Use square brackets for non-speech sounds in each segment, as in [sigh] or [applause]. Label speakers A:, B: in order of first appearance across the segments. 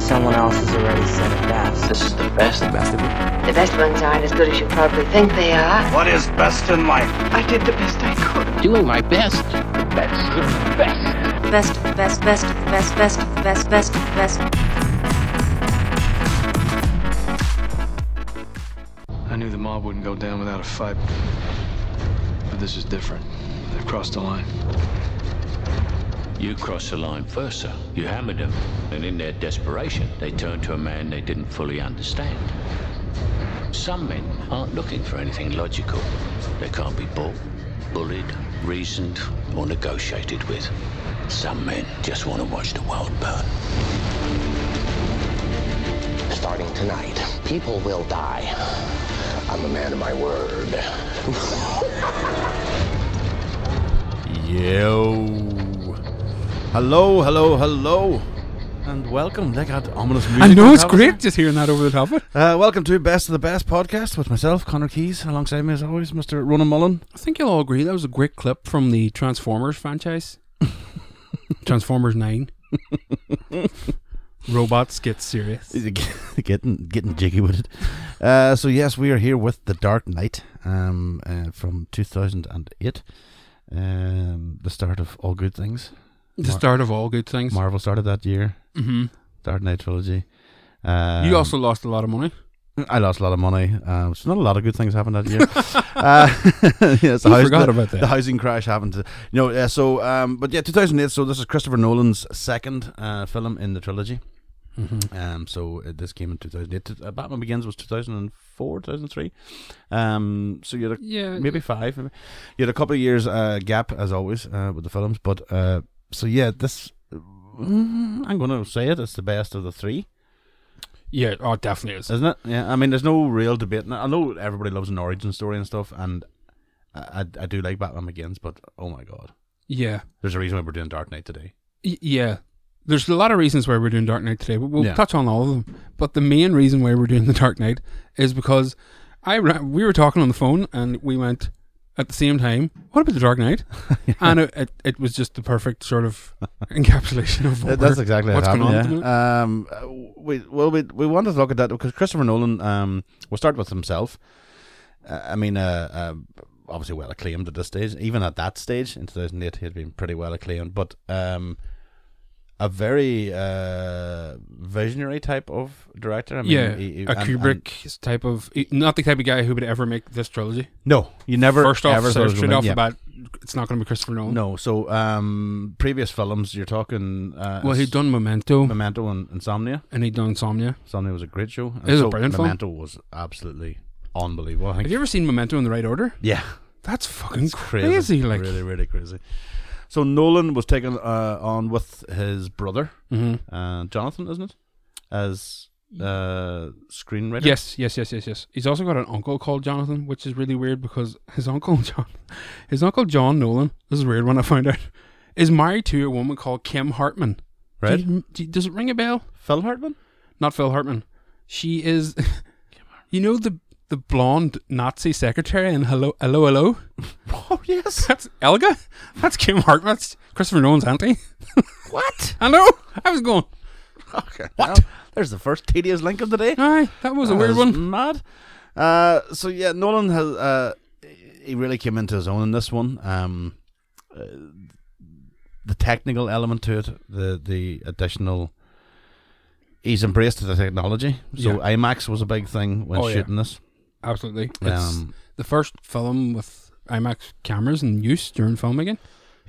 A: someone else has already said it best.
B: This is the best.
C: best of it.
D: The best ones aren't as good as you probably think they are.
E: What is best in life?
D: I did the best I could.
B: Doing my best. That's the best.
F: best, best, best, best, best, best, best, best.
G: I knew the mob wouldn't go down without a fight. But this is different. They've crossed the line.
B: You crossed the line first, sir. You hammered them. And in their desperation, they turned to a man they didn't fully understand. Some men aren't looking for anything logical. They can't be bought, bullied, reasoned, or negotiated with. Some men just want to watch the world burn.
H: Starting tonight, people will die. I'm a man of my word.
C: Yo. Hello, hello, hello. And welcome. They got ominous music.
I: I know
C: on
I: it's
C: top of
I: great
C: it.
I: just hearing that over the top of it.
C: Uh, welcome to Best of the Best podcast with myself, Connor Keys, alongside me as always, Mr. Ronan Mullen.
I: I think you'll all agree that was a great clip from the Transformers [laughs] franchise. Transformers 9. Robots get serious.
C: [laughs] getting getting jiggy with it. Uh, so yes, we are here with The Dark Knight um, uh, from 2008. Um, the start of all good things.
I: The start of all good things.
C: Marvel started that year.
I: hmm
C: Dark Knight trilogy. Um,
I: You also lost a lot of money.
C: I lost a lot of money. Um, so not a lot of good things happened that
I: [laughs]
C: year. uh, [laughs] yes, the
I: You
C: house-
I: forgot
C: the-
I: about that.
C: The housing crash happened. To, you know, uh, so um, but yeah, 2008. So this is Christopher Nolan's second uh, film in the trilogy.
I: Mm-hmm.
C: Um, so uh, this came in 2008. Uh, Batman Begins was 2004, 2003. Um, so you had a,
I: Yeah.
C: maybe five. Maybe. You had a couple of years uh, gap as always uh, with the films, but uh, so yeah, this. mm, I'm going to say it. It's the best of the three
I: Yeah, oh, it definitely is.
C: isn't it? Yeah, I mean, there's no real debate. And I know everybody loves an origin story and stuff, and I, I, I do like Batman Begins, but oh my god,
I: Yeah.
C: there's a reason why we're doing Dark Knight today.
I: Y- yeah. There's a lot of reasons why we're doing Dark Knight today, but we'll
C: Yeah.
I: touch on all of them. But the main reason why we're doing the Dark Knight is because I ra- we were talking on the phone and we went at the same time. What about the Dark
C: [laughs]
I: Knight? And it, it, it was just the perfect sort of encapsulation of what
C: Uh, That's
I: we're-
C: exactly
I: what's going on. at the minute.
C: Yeah. Um, uh, we well, we we wanted to look at that because Christopher Nolan. Um, we'll start with himself. Uh, I mean, uh, uh, obviously well acclaimed at this stage. Even at that stage in 2008, he had been pretty well acclaimed, but um. A very uh, visionary type of director. I mean,
I: yeah,
C: he- he-
I: a
C: and- and-
I: Kubrick type of not the type of guy who would ever make this trilogy.
C: No, you never.
I: First off,
C: ever
I: so
C: thought it was
I: straight
C: gonna-
I: off
C: yeah.
I: the bat, it's not going to be Christopher Nolan.
C: No, so um, previous films you're talking. Uh,
I: Well, he'd done Memento
C: Memento and Insomnia.
I: and he'd done Insomnia.
C: Insomnia was a great show. And
I: It was a brilliant film.
C: Memento was absolutely unbelievable. I think.
I: Have you ever seen Memento in the right order?
C: yeah,
I: That's fucking
C: it's
I: crazy.
C: crazy,
I: Like,
C: really, really crazy. So Nolan was taken uh, on with his brother
I: Mhm.
C: uh, Jonathan, isn't it, as uh, screenwriter?
I: yes, yes, yes, yes, yes. He's also got an uncle called Jonathan, which is really weird because his uncle [laughs] John, his uncle John Nolan. This is a weird when I found out. Is married to a woman called Kim Hartman. Do
C: right.
I: you- do you- does it ring a bell?
C: Phil Hartman.
I: not Phil Hartman. She is, [laughs] you know the the blonde Nazi secretary in Hello Hello Hello.
C: Oh yes.
I: That's Elga. That's Kim Hartman. That's Christopher Nolan's auntie.
C: [laughs] what?
I: I know. I was going.
C: What? There's the first tedious link of the day.
I: Aye, that was a
C: That
I: weird
C: is
I: one.
C: Mad. Uh, so yeah, Nolan has uh, he really came into his own in this one. Um, uh, the technical element to it, the the additional. He's embraced the technology, so
I: Yeah.
C: IMAX was a big thing when
I: Oh, yeah.
C: shooting this.
I: Absolutely. It's
C: Um,
I: the first film with IMAX cameras in use during filming. Again,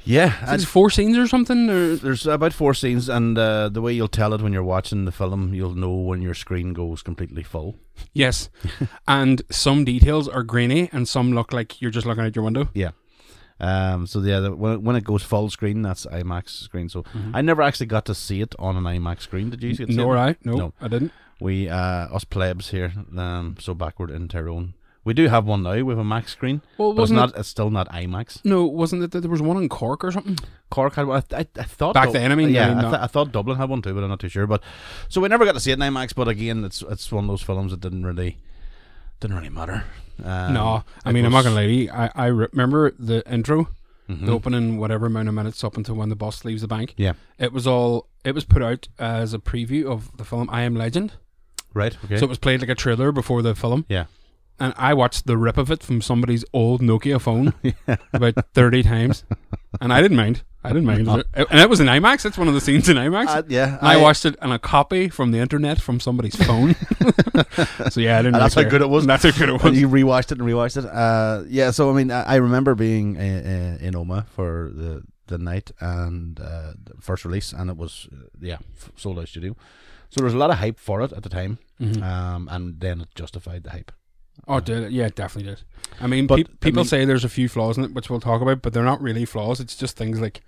C: yeah,
I: it's
C: and
I: four scenes or
C: [laughs]
I: something. Or
C: there's about four scenes, and uh, the way you'll tell it when you're watching the film, you'll know when your screen goes completely full.
I: yes, [laughs] and some details are grainy, and some look like you're just looking out your window.
C: Yeah. Um. So yeah, the, when it, when it goes full screen, that's IMAX screen. So I never actually got to see it on an IMAX screen. Did you? Get to see
I: Mm-hmm. Nor
C: it?
I: I. No,
C: No.
I: I didn't.
C: We uh us plebs here. Um. So backward in Tyrone. We do have one now. We have a max screen. but
I: Well,
C: it's
I: wasn't
C: not. It's still not IMAX.
I: No, wasn't it that there was one in Cork or something?
C: Cork had one. I, th- I, I thought
I: Back
C: Dub-
I: then, I mean,
C: yeah,
I: I mean,
C: I,
I: not-
C: th- I thought Dublin had one too, but I'm not too sure. But so we never got to see it in IMAX. But again, it's it's one of those films that didn't really didn't really matter. Um,
I: No, I
C: it
I: mean I'm not
C: was- Mm-hmm.
I: gonna lie. to you, I I remember the intro the opening whatever amount of minutes up until when the boss leaves the bank.
C: Yeah.
I: It was all it was put out as a preview of the film I Am Legend.
C: Right. Okay.
I: So it was played like a trailer before the film.
C: yeah.
I: And I watched the rip of it from somebody's old
C: [laughs]
I: Nokia phone about 30 times. And I didn't mind. I didn't mind. And it was in IMAX. It's one of the scenes in IMAX.
C: Uh, yeah,
I: And I,
C: I-
I: watched it on a copy from the internet from somebody's
C: [laughs]
I: phone. so yeah, I
C: And
I: didn't
C: that's how
I: really care.
C: good it was.
I: That's
C: [laughs]
I: how good it
C: And
I: was.
C: you rewatched it and rewatched it. Uh, yeah. So I mean, I, I remember being in, in Oma for the the night and uh, the first release, and it was uh, yeah f- sold out studio. So there was a lot of hype for it at the time,
I: Mm-hmm.
C: um, and then it justified the hype.
I: Oh, it did it? Yeah, it definitely did. I mean,
C: But,
I: peop
C: I
I: people
C: mean-
I: say there's a few flaws in it, which we'll talk about, but they're not really flaws. It's just things like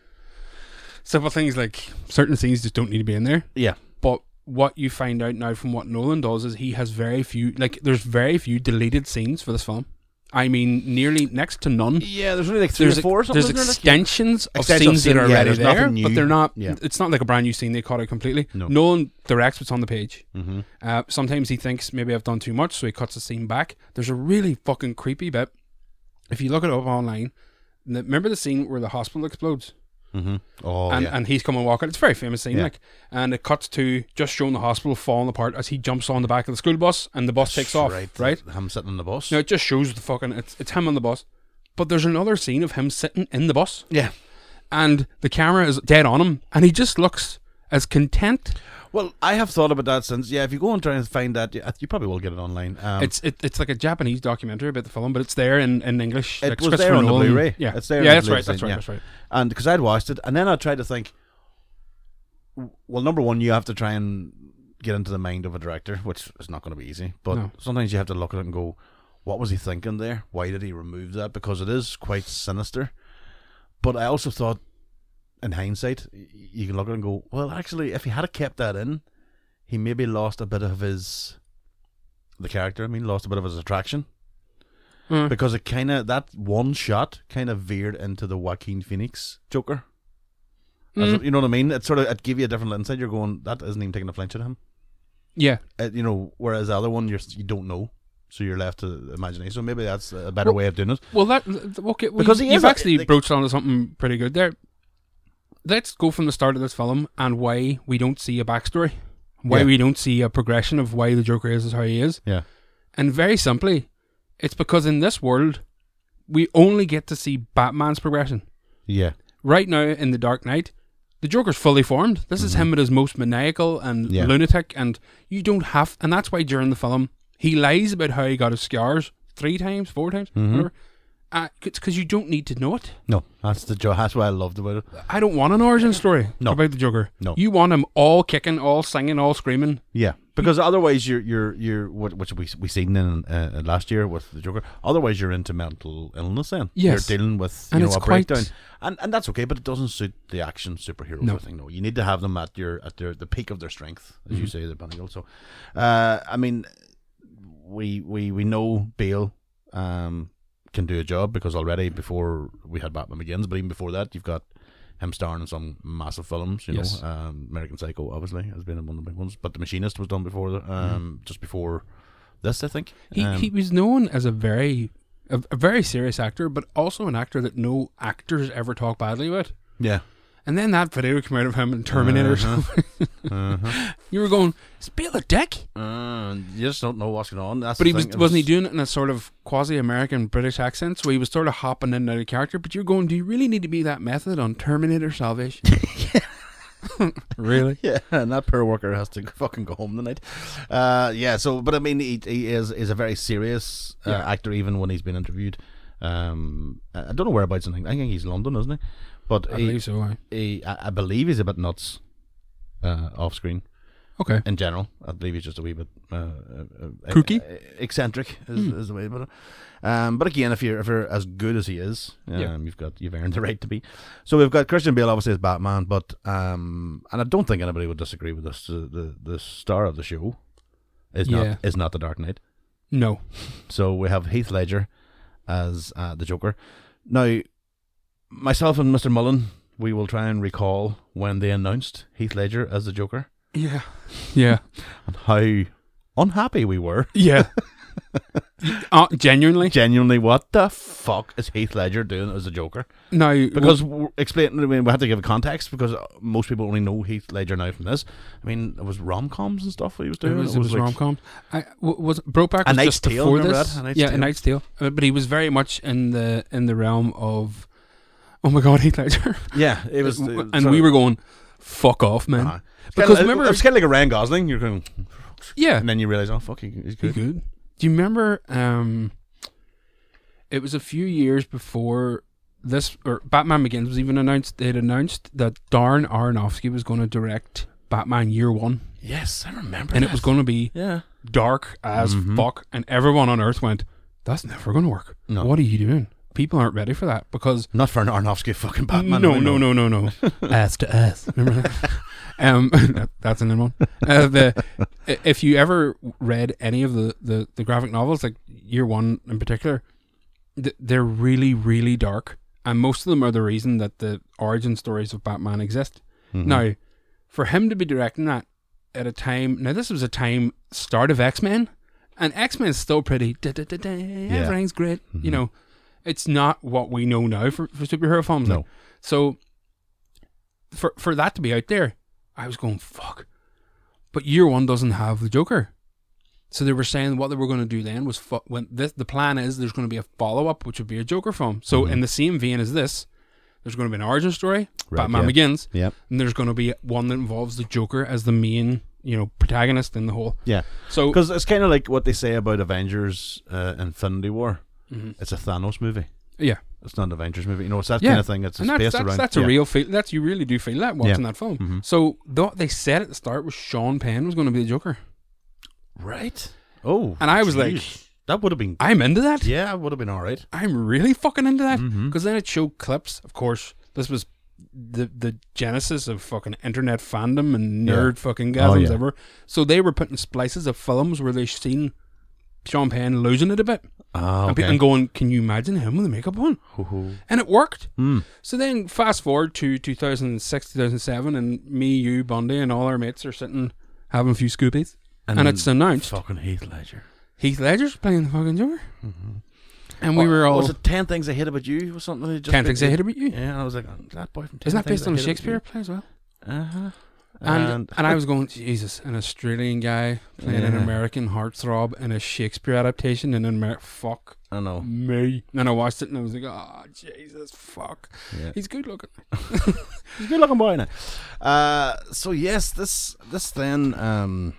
I: simple things like certain scenes just don't need to be in there.
C: Yeah.
I: But what you find out now from what Nolan does is he has very few, like, there's very few deleted scenes for this film. I mean, nearly next to none.
C: Yeah. There's only like
I: There's, there's extensions of
C: Extension of
I: scenes that
C: scene,
I: are
C: yeah,
I: already
C: there's
I: there,
C: nothing
I: but
C: new.
I: they're not.
C: Yeah.
I: It's not like a brand new scene. They caught it completely.
C: No.
I: Nolan directs what's on the page.
C: Mm-hmm.
I: Uh, sometimes he thinks maybe I've done too much, so he cuts the scene back. There's a really fucking creepy bit. If you look it up online, n- remember the scene where the hospital explodes,
C: Oh
I: and,
C: yeah.
I: and he's coming walking. It's a very famous scene,
C: Yeah.
I: like, and it cuts to just showing the hospital falling apart as he jumps on the back of the school bus, and the bus takes off. Right.
C: I'm sitting on the bus.
I: Now it just shows the fucking it's it's him on the bus, but there's another scene of him sitting in the bus,
C: Yeah.
I: and the camera is dead on him, and he just looks as content.
C: Well, I have thought about that since. Yeah, if you go and try and find that, you, you probably will get it online. Um,
I: It's it, it's like a Japanese documentary about the film, but it's there in, in English.
C: it
I: like
C: was
I: Christopher
C: there on the
I: Nolan.
C: Blu-ray.
I: Yeah,
C: it's there.
I: yeah,
C: on
I: that's
C: the
I: right, that's right,
C: Blu-ray,
I: that's
C: yeah.
I: right.
C: And because I'd watched it, and then I tried to think. w- Well, number one, you have to try and get into the mind of a director, which is not going to be easy. But
I: No.
C: sometimes you have to look at it and go, "What was he thinking there? Why did he remove that?" Because it is quite sinister. But I also thought, in hindsight, y- you can look at it and go, "Well, actually, if he had kept that in, he maybe lost a bit of his." The character, I mean, lost a bit of his attraction because it kind of that one shot kind of veered into the Joaquin Phoenix Joker. As if- you know what I mean? It sort of it gave you a different insight. You're going that isn't even taking a flinch at him.
I: Yeah,
C: It, you know, whereas the other one you're you don't know, so you're left to imagination. So maybe that's a better way of doing it.
I: well that th- okay, well,
C: Because
I: you-
C: he is
I: you've
C: a-
I: actually
C: like-
I: broached onto something pretty good there. Let's go from the start of this film and why we don't see a backstory, why
C: Yeah.
I: we don't see a progression of why the Joker is as how he is.
C: Yeah,
I: And very simply, it's because in this world, we only get to see Batman's progression.
C: yeah,
I: Right now in The Dark Knight, the Joker's fully formed. This is him at his most maniacal and
C: Mm-hmm. Yeah.
I: lunatic, and you don't have. And that's why during the film, he lies about how he got his scars three times, four times,
C: Mm-hmm.
I: whatever. Uh, it's because you don't need to know it.
C: no, that's the jo- that's what I loved about it.
I: I don't want an origin story
C: No.
I: about the Joker.
C: No.
I: You want him all kicking, all singing, all screaming.
C: Yeah, because otherwise you're you're you're what which we we seen in uh, last year with the Joker. Otherwise you're into mental illness. Then
I: Yes.
C: you're dealing with you
I: And
C: know
I: it's
C: a
I: quite-
C: breakdown, and and that's okay. But it doesn't suit the action superhero
I: No.
C: thing. No, you need to have them at your at their the peak of their strength, as
I: Mm-hmm.
C: you say, the pinnacle. So, uh, I mean, we we we know Bale um, can do a job because already before we had Batman Begins, but even before that, you've got him starring in some massive films. You
I: Yes.
C: know, um, American Psycho obviously has been one of the big ones, but The Machinist was done before, the, um, just before this, I think.
I: Mm-hmm. He,
C: Um,
I: he was known as a very a, a very serious actor, but also an actor that no actors ever talk badly about.
C: yeah,
I: And then that video came out of him in Terminator. or something. [laughs] you were going, "Is Bale a dick?"
C: uh, you just don't know what's going on. That's
I: But
C: the
I: he was
C: thing, it
I: wasn't he doing it in a sort of quasi-American British accent, so he was sort of hopping in and out of character. But you're going, "Do you really need to be that method on Terminator Salvation?" [laughs] really?
C: [laughs] Yeah, and that poor worker has to [laughs] fucking go home tonight. Uh, yeah, so but I mean, he, he is is a very serious uh,
I: Yeah.
C: actor, even when he's been interviewed. Um, I I don't know whereabouts. in Eng- I think he's London, isn't he? But
I: I
C: he,
I: believe so. aye.
C: he, I, I believe he's a bit nuts uh, off screen
I: Okay.
C: in general. I believe he's just a wee bit uh, uh, uh,
I: Kooky? Hmm.
C: e- eccentric is, is the way. But um, but again, if you're if you're as good as he is, um,
I: Yeah.
C: you've got you've earned the right to be. So we've got Christian Bale obviously as Batman, but um, and I don't think anybody would disagree with this. The the, the star of the show is
I: Yeah.
C: not is not the Dark Knight.
I: No.
C: So we have Heath Ledger as uh, the Joker. Now, myself and Mr. Mullen, we will try and recall when they announced Heath Ledger as the Joker
I: Yeah. Yeah. [laughs]
C: and how unhappy we were.
I: Yeah. Uh, genuinely.
C: Genuinely, what the fuck is Heath Ledger doing as a Joker?
I: now,
C: Because w explain, I mean, we have to give context because uh, most people only know Heath Ledger now from this. I mean, it was rom coms and stuff he was doing.
I: It was, it was
C: like-
I: rom com. I w- was Brokeback
C: A
I: was
C: Knight's
I: just
C: Tale,
I: before
C: remember
I: this.
C: that? A Knight's
I: yeah, A
C: Tale.
I: Knight's Tale. Uh, But he was very much in the in the realm of, oh my god, [laughs] Heath Ledger.
C: Yeah, it was. uh, it was
I: and
C: sort
I: we
C: of-
I: were going, fuck off, man.
C: Uh-huh. It's kinda
I: Because
C: like-
I: remember,
C: it's kind of like a Ryan Gosling. You're going,
I: yeah,
C: and then you realize, oh fuck, he, he's
I: be
C: good.
I: good. Do you remember? Um, it was a few years before this, or Batman Begins was even announced. They had announced that Darren Aronofsky was going to direct Batman Year One,
C: Yes, I remember.
I: and it was going to be
C: Yeah.
I: dark as fuck, and everyone on Earth went, "That's never going to work.
C: No.
I: What are you doing? People aren't ready for that because
C: Not for an Aronofsky fucking Batman.
I: no,
C: we
I: no,
C: know.
I: no, no, no, [laughs] ass to ass. Remember that? [laughs] um, that- that's an one. Uh, the i- if you ever read any of the, the the graphic novels, like Year One in particular, th- they're really, really dark, and most of them are the reason that the origin stories of Batman exist. Now, for him to be directing that at a time now, this was a time start of X Men, and X Men's still pretty. da, da, da, da, Everything's great,
C: Mm-hmm.
I: you know. It's not what we know now for, for superhero films.
C: No.
I: like. So, for for that to be out there, I was going fuck. But year one doesn't have the Joker. So they were saying what they were going to do then was fo- when this, the plan is there's going to be a follow up, which would be a Joker film. So in the same vein as this, there's going to be an origin story,
C: Mm-hmm. Right,
I: Batman
C: yeah.
I: Begins,
C: Yep.
I: and there's going to be one that involves the Joker as the main, you know, protagonist in the whole.
C: Yeah.
I: So
C: Because it's kind of like what they say about Avengers uh, Infinity War. It's a Thanos movie.
I: yeah,
C: It's not an Avengers movie. You know, it's that
I: Mm-hmm. yeah,
C: kind of thing. It's a
I: and that's,
C: space
I: that's,
C: around.
I: that's
C: yeah. Mm-hmm.
I: a real feel. That's you really do feel that watching that film. So what they said at the start was Sean Penn was going to be the Joker.
C: Right. Oh.
I: And I was like-
C: that would have been.
I: I'm into that.
C: Yeah, would have been all right.
I: I'm really fucking into that because
C: Mm-hmm.
I: then it showed clips. Of course, this was the the genesis of fucking internet fandom and
C: Yeah.
I: nerd fucking gasms
C: Oh, yeah.
I: ever. So they were putting splices of films where they seen Sean Penn losing it a bit
C: Oh,
I: and, people, and going, "Can you imagine him with the makeup on?" And it worked.
C: Hmm.
I: So then, fast forward to 2006, 2007, and me, you, Bundy, and all our mates are sitting having a few scoopies, and, it's announced
C: Fucking Heath Ledger.
I: Heath Ledger's playing the fucking Joker. And we were
C: Mm-hmm. Oh,
I: all
C: Was it Ten Things I Hate About You or something? They just
I: Ten
C: picked
I: Things I
C: it?
I: Hate About You.
C: Yeah, I was like, oh, that boy from. 10
I: Isn't that
C: Things
I: based
C: I
I: on a
C: Hate About
I: Shakespeare
C: You.
I: play as well?
C: Uh-huh.
I: And and, I was going, Jesus, an Australian guy playing an
C: Yeah.
I: American heartthrob in a Shakespeare adaptation in an Amer- fuck
C: [laughs] I know.
I: me. And I watched it and I was like, oh, Jesus, fuck. He's good looking.
C: He's a good looking boy now. Uh, so yes, this this then. Um,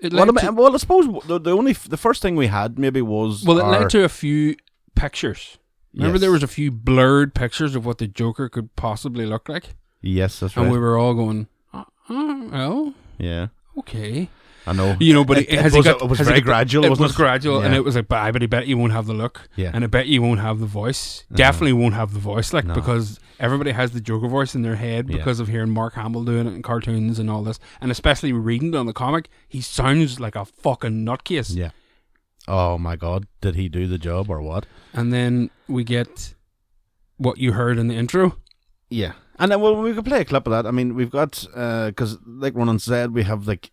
I: It
C: well,
I: led
C: I, mean,
I: to,
C: well, I suppose the, the only f- the first thing we had maybe was
I: well, it
C: our,
I: led to a few pictures. Remember,
C: Yes.
I: there was a few blurred pictures of what the Joker could possibly look like,
C: yes, that's
I: and
C: right.
I: we were all going, uh, uh, "Oh,
C: yeah,
I: okay."
C: I know.
I: You know, but it, has he
C: was,
I: got?
C: it was
I: has he
C: very
I: got-
C: gradual.
I: It
C: wasn't
I: was gradual, and
C: Yeah.
I: it was like, but I bet he bet you won't have the look,
C: Yeah. Uh-huh.
I: and I bet you won't have the voice. Definitely won't have the voice, like
C: No.
I: because everybody has the Joker voice in their head
C: Yeah.
I: because of hearing Mark Hamill doing it in cartoons and all this, and especially reading it on the comic, he sounds like a fucking nutcase.
C: Yeah. Oh my God! Did he do the job or what?
I: And then we get what you heard in the intro.
C: Yeah. And then, well, we could play a clip of that. I mean, we've got, because like Ronan said, we have like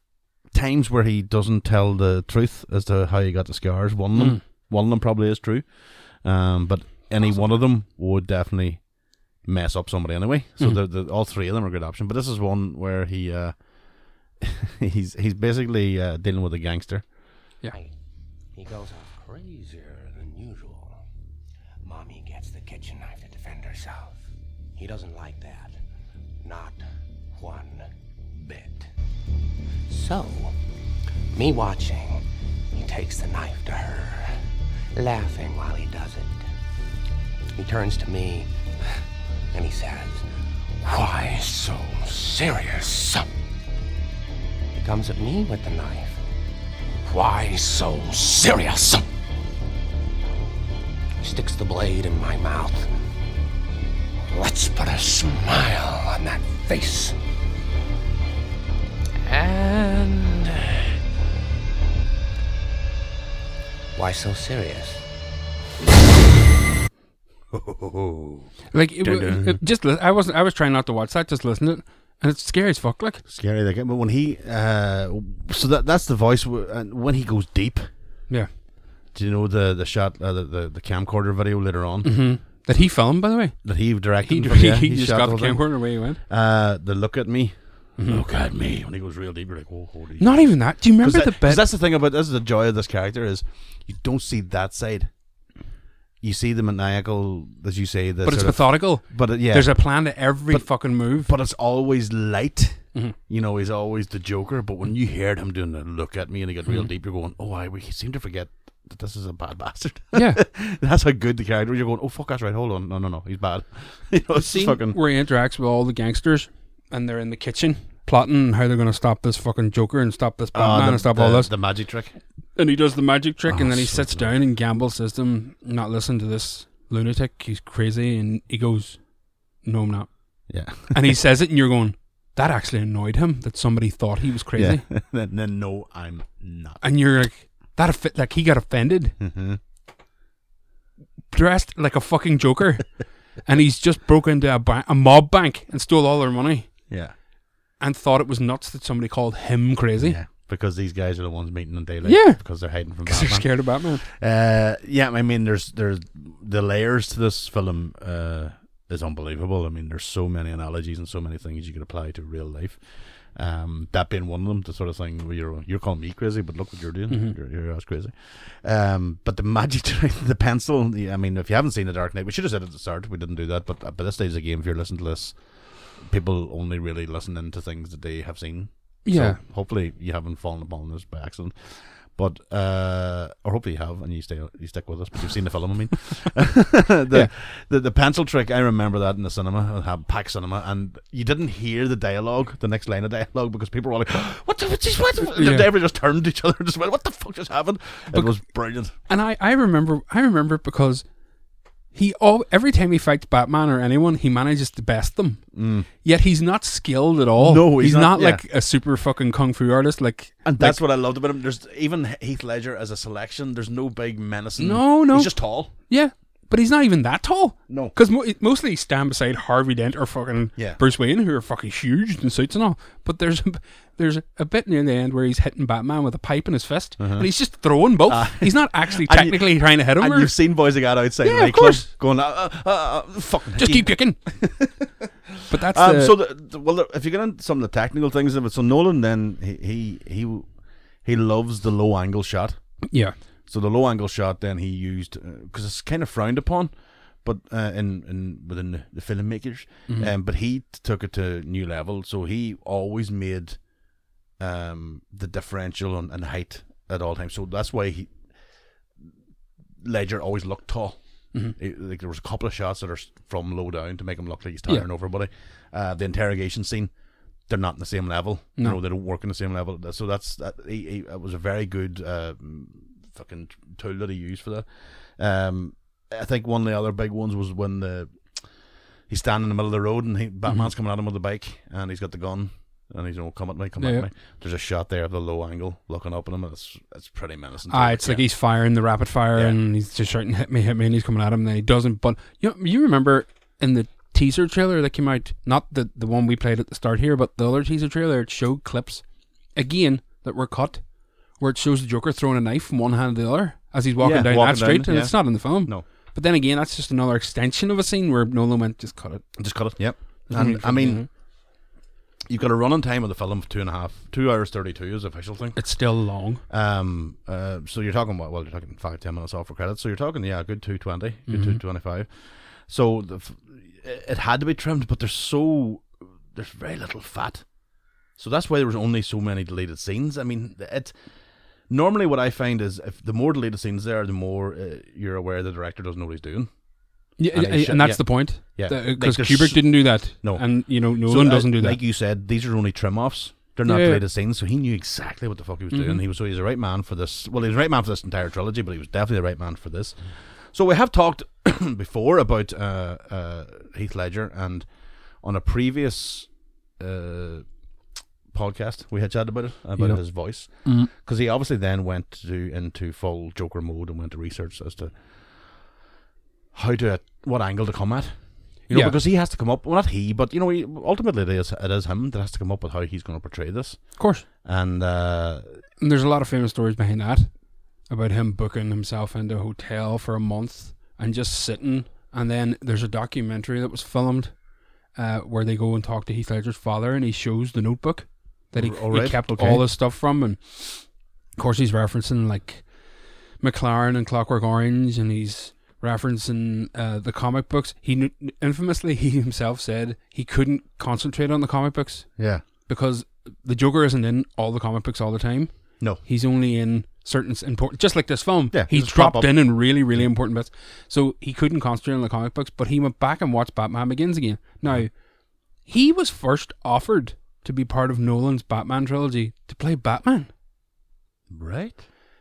C: times where he doesn't tell the truth as to how he got the scars. One of them, one of them probably is true. Um, but any one of them would definitely mess up somebody anyway. So the the all three of them are a good option. But this is one where he, uh, [laughs] he's he's basically uh, dealing with a gangster.
H: He goes off crazier than usual. Mommy gets the kitchen knife to defend herself. He doesn't like that. Not one bit. So, me watching, he takes the knife to her, laughing while he does it. He turns to me and he says, Why so serious? He comes at me with the knife. Why so serious? Sticks the blade in my mouth. Let's put a smile on that face. And. Why so serious?
I: Like it, wa- it- just li- I wasn't. I was trying not to watch that. Just listen to it. and it's scary as fuck. Like,
C: Scary. Like, but when he, uh, so that that's the voice. w- And when he goes deep,
I: yeah,
C: do you know the the shot, uh, the, the the camcorder video later on
I: that he filmed by the way.
C: that Mm, he directed?
I: Mm-hmm. He, [laughs]
C: and from- yeah,
I: he, just
C: shot
I: got the
C: whole thing.
I: camcorder away. He went.
C: Uh, the look at me. Look at me. When he goes real deep, you're like, oh, holy.
I: Not even that. Do you remember
C: Because
I: the bit?
C: that's the thing about this is the joy of this character is you don't see that side. You see the maniacal, as you say, the
I: but it's
C: sort of-
I: methodical.
C: but it- yeah,
I: There's a plan to every
C: But-
I: fucking move.
C: but it's always light.
I: Mm-hmm.
C: You know, he's always the Joker. But when you heard him doing the look at me and he got
I: Mm-hmm.
C: real deep, you're going, oh, I we seem to forget that this is a bad [laughs] bastard.
I: Yeah.
C: that's how good the character. is. You're going, oh fuck, that's right. Hold on, no, no, no, he's bad. [laughs] you know, it's
I: scene
C: fucking
I: where he interacts with all the gangsters and they're in the kitchen plotting how they're going to stop this fucking Joker and stop this
C: Ah,
I: Batman
C: the-
I: and stop
C: the-
I: all this.
C: The Ah, magic trick.
I: and he does the magic trick and then he sits down and Gamble says to him, not listen to this lunatic, he's crazy. And he goes, no, I'm not.
C: Yeah.
I: And he says it and you're going, that actually annoyed him that somebody thought he was crazy.
C: [laughs] Yeah. [laughs] then, then no, I'm not.
I: And you're like, that offe- like he got offended,
C: Mhm.
I: dressed like a
C: [laughs]
I: fucking Joker. and he's just broke into a, ba- a mob bank and stole all their money.
C: Yeah.
I: and thought it was nuts that somebody called him crazy [laughs]
C: Yeah. Because these guys are the ones meeting in daylight.
I: Yeah.
C: Because they're hiding
I: [laughs]
C: from
I: because they're
C: Batman.
I: scared of Batman.
C: Uh, yeah, I mean, there's there's the layers to this film uh, is unbelievable. I mean, there's so many analogies and so many things you could apply to real life. Um, that being one of them, the sort of thing where you're you're calling me crazy, but look what you're doing, you're, you're as crazy. Um, but the magic, [laughs] trick, the pencil. the- I mean, if you haven't seen The Dark Knight, we should have said it at the start. We didn't do that, but uh, by this stage of the game, if you're listening to this, people only really listen into things that they have seen.
I: Yeah.
C: So hopefully you haven't fallen upon this by accident. But uh, or hopefully you have and you stay you stick with us. But you've seen the film, I mean. [laughs] the, the the pencil trick, I remember that in the cinema, uh, pack cinema, and you didn't hear the dialogue, the next line of dialogue, because people were like, [gasps] "What the what? the- what the-"
I: Yeah.
C: They everybody just turned to each other [laughs] and just went, "What the fuck just happened?" It was brilliant.
I: And I, I remember I remember it because he all every time he fights Batman or anyone, he manages to best them. Yet he's not skilled at all.
C: Mm. No, he's not, yeah.
I: like a super fucking kung fu artist. Like
C: And that's what I loved about him. There's even Heath Ledger as a selection. There's no big menacing.
I: No, no.
C: He's just tall.
I: yeah, but he's not even that tall.
C: No.
I: because mo- it- mostly he stand beside Harvey Dent or fucking
C: Yeah.
I: Bruce Wayne, who are fucking huge and suits and all. But there's a, there's a bit near the end where he's hitting Batman with a pipe in his fist, and he's just throwing both. he's not actually
C: Uh-huh. Ah. [laughs] And you-
I: technically trying to hit him.
C: And
I: or-
C: you've seen boys that got outside
I: Yeah,
C: the
I: of
C: nightclub
I: course.
C: going, uh, uh, uh, uh, fucking
I: just
C: hate." [laughs]
I: keep kicking. but that's
C: Um,
I: the,
C: so, the, the- well, if you get into some of the technical things of it, so Nolan then he he he, he loves the low angle shot.
I: yeah,
C: So the low angle shot then he used because it's kind of frowned upon, but uh, in in within the, the filmmakers, um, but he t- took it to new level. So he always made, um, the differential and, and height at all times. So that's why he Ledger always looked tall.
I: Mm-hmm.
C: It- like there was a couple of shots that are s- from low down to make him look like he's towering
I: Yeah.
C: over everybody. Uh, the interrogation scene, they're not in the same level. You know, they don't work in the same level. Th- So that's that. He, he, it was a very good uh, mm, fucking t- tool that he used for that. Um, I think one of the other big ones was when the he's standing in the middle of the road and he,
I: Mm-hmm.
C: Batman's coming at him with a bike and he's got the gun and he's going, "Come at me, come
I: Yeah.
C: at me." There's a shot there of the low angle looking up at him. And it's it's pretty menacing. to
I: ah,
C: look
I: it's
C: at.
I: like he's firing the rapid fire
C: Yeah.
I: and he's just shouting "hit me, hit me," and he's coming at him. And then he doesn't. But you know, you remember in the teaser trailer that came out, not the the one we played at the start here, but the other teaser trailer, it showed clips again that were cut where it shows the Joker throwing a knife from one hand to the other as he's walking
C: Yeah,
I: down
C: walking
I: that street,
C: down,
I: and
C: yeah.
I: it's not in the film.
C: No.
I: But then again, that's just another extension of a scene where Nolan went, just cut it.
C: Just cut it. Yep. And I mean, you've got a running time of the film of two and a half, two hours thirty-two is the official thing.
I: It's still long.
C: Um. Uh. So you're talking about well, you're talking five ten minutes off for credits. So you're talking yeah, a good two twenty, good two twenty-five. So the, f- it it had to be trimmed, but there's so there's very little fat. So that's why there was only so many deleted scenes. I mean, it normally what I find is if the more deleted scenes there, are, the more uh, you're aware the director doesn't know what he's doing.
I: Yeah,
C: And
I: and,
C: they shut-
I: and that's
C: yeah.
I: the point.
C: Yeah. Like,
I: because
C: there's-
I: Kubrick didn't do that.
C: No.
I: and you know Nolan
C: uh,
I: doesn't do that.
C: Like you said, these are only trim offs. They're not
I: Yeah. Mm-hmm.
C: deleted scenes, so he knew exactly what the fuck he was doing. He was so he's the right man for this. Well, he's the right man for this entire trilogy, but he was definitely the right man for this. So we have talked [coughs] before about uh, uh, Heath Ledger, and on a previous uh, podcast we had chatted about it about
I: Yeah. Mm.
C: his voice because he obviously then went to into full Joker mode and went to research as to how to what angle to come at. You know,
I: Yeah.
C: because he has to come up. Well, not he, but you know, he, ultimately it is, it is him that has to come up with how he's going to portray this.
I: Of course.
C: And uh,
I: And there's a lot of famous stories behind that about him booking himself into a hotel for a month and just sitting. And then there's a documentary that was filmed uh, where they go and talk to Heath Ledger's father and he shows the notebook that he,
C: All
I: he
C: right,
I: kept
C: okay.
I: all this stuff from. And of course, he's referencing like McLaren and Clockwork Orange and he's referencing uh, the comic books. He kn- infamously, [laughs] he himself said he couldn't concentrate on the comic books
C: yeah,
I: because the Joker isn't in all the comic books all the time.
C: no,
I: He's only in certain s- important, just like this film.
C: Yeah,
I: he's
C: just pop
I: dropped
C: up.
I: in in really, really important bits. So he couldn't concentrate on the comic books, but he went back and watched Batman Begins again. Now, he was first offered to be part of Nolan's Batman trilogy to play Batman,
C: right,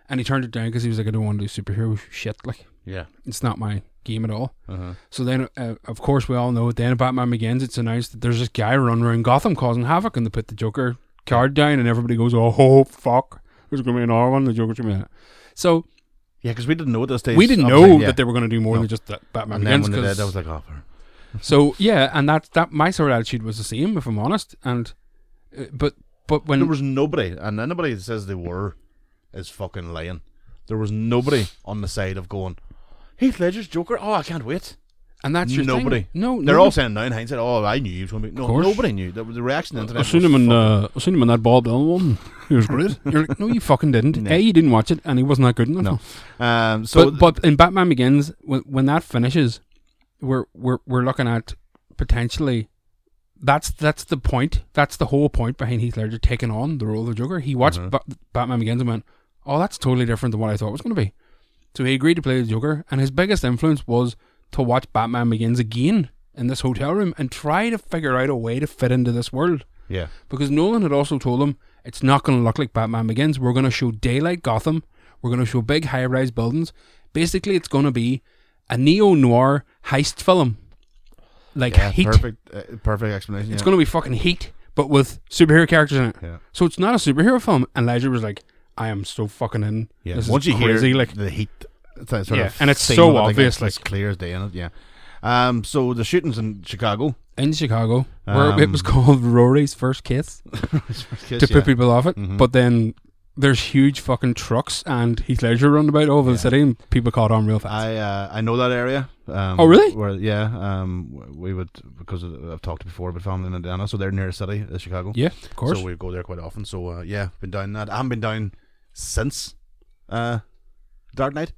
I: and he turned it down because he was like, "I don't want to do superhero shit. Like,
C: yeah,
I: it's not my game at all."
C: uh-huh.
I: So then, uh, of course, we all know at the end of Batman Begins, it's announced that there's this guy running around Gotham causing havoc, and they put the Joker card down, and everybody goes, "Oh fuck, there's gonna be another one. The Joker's gonna be in it." So
C: yeah, because we didn't know at this stage.
I: we didn't
C: obviously,
I: know
C: yeah.
I: that they were gonna do more
C: No.
I: than just that Batman
C: And then
I: Begins.
C: when they
I: 'cause-
C: did, I was like, oh, for-
I: so yeah, and that that my sort of attitude was the same, if I'm honest. And uh, but but when
C: there was nobody, and anybody that says they were is fucking lying. There was nobody on the side of going, Heath Ledger's Joker. Oh, I can't wait.
I: and that's your thing.
C: nobody.
I: No,
C: they're
I: nobody.
C: all saying now in hindsight, "Oh, I knew he was going to be." No,
I: course.
C: nobody knew. The, the reaction on the internet.
I: I seen
C: was
I: him in
C: fucking-
I: uh, I seen him in that Bob Dylan one. He was great. You're like, no, you fucking didn't.
C: [laughs] No.
I: A, you didn't watch it, and he wasn't that good enough.
C: No. Um, so
I: but but in Batman Begins, when when that finishes, we're we're we're looking at potentially. That's that's the point. That's the whole point behind Heath Ledger taking on the role of the Joker. He watched
C: Mm-hmm.
I: Ba- Batman Begins and went, "Oh, that's totally different than what I thought it was going to be." So he agreed to play the Joker, and his biggest influence was to watch Batman Begins again in this hotel room and try to figure out a way to fit into this world
C: yeah,
I: because Nolan had also told him it's not going to look like Batman Begins. We're going to show daylight Gotham. We're going to show big high-rise buildings. Basically, it's going to be a neo-noir heist film, like
C: yeah,
I: Heat.
C: perfect, uh, perfect explanation.
I: It's
C: yeah.
I: going to be fucking Heat, but with superhero characters in it.
C: Yeah.
I: So it's not a superhero film. And Ledger was like, "I am so fucking in.
C: yeah.
I: This
C: Once
I: is
C: you
I: crazy."
C: hear
I: like,
C: the heat, that sort
I: Yeah,
C: of
I: and it's
C: theme
I: so
C: of it, I think
I: obvious,
C: it's
I: like-
C: clear as day in it. Yeah. Um, so the shootings in Chicago [laughs]
I: in Chicago, where it
C: Um,
I: was [laughs] called Rory's First Kiss.
C: Yes,
I: to
C: yeah. Mm-hmm.
I: put people off it. But then there's huge fucking trucks and Heath Ledger roundabout over the city, and people caught on real fast.
C: I uh, I know that area. Um,
I: Oh, really?
C: Where yeah, um, w- we would because of, I've talked before about family in Indiana, so they're near the city, uh, Chicago.
I: yeah, of course.
C: So we go there quite often. So uh, yeah, been down that. I haven't been down since uh, Dark Knight,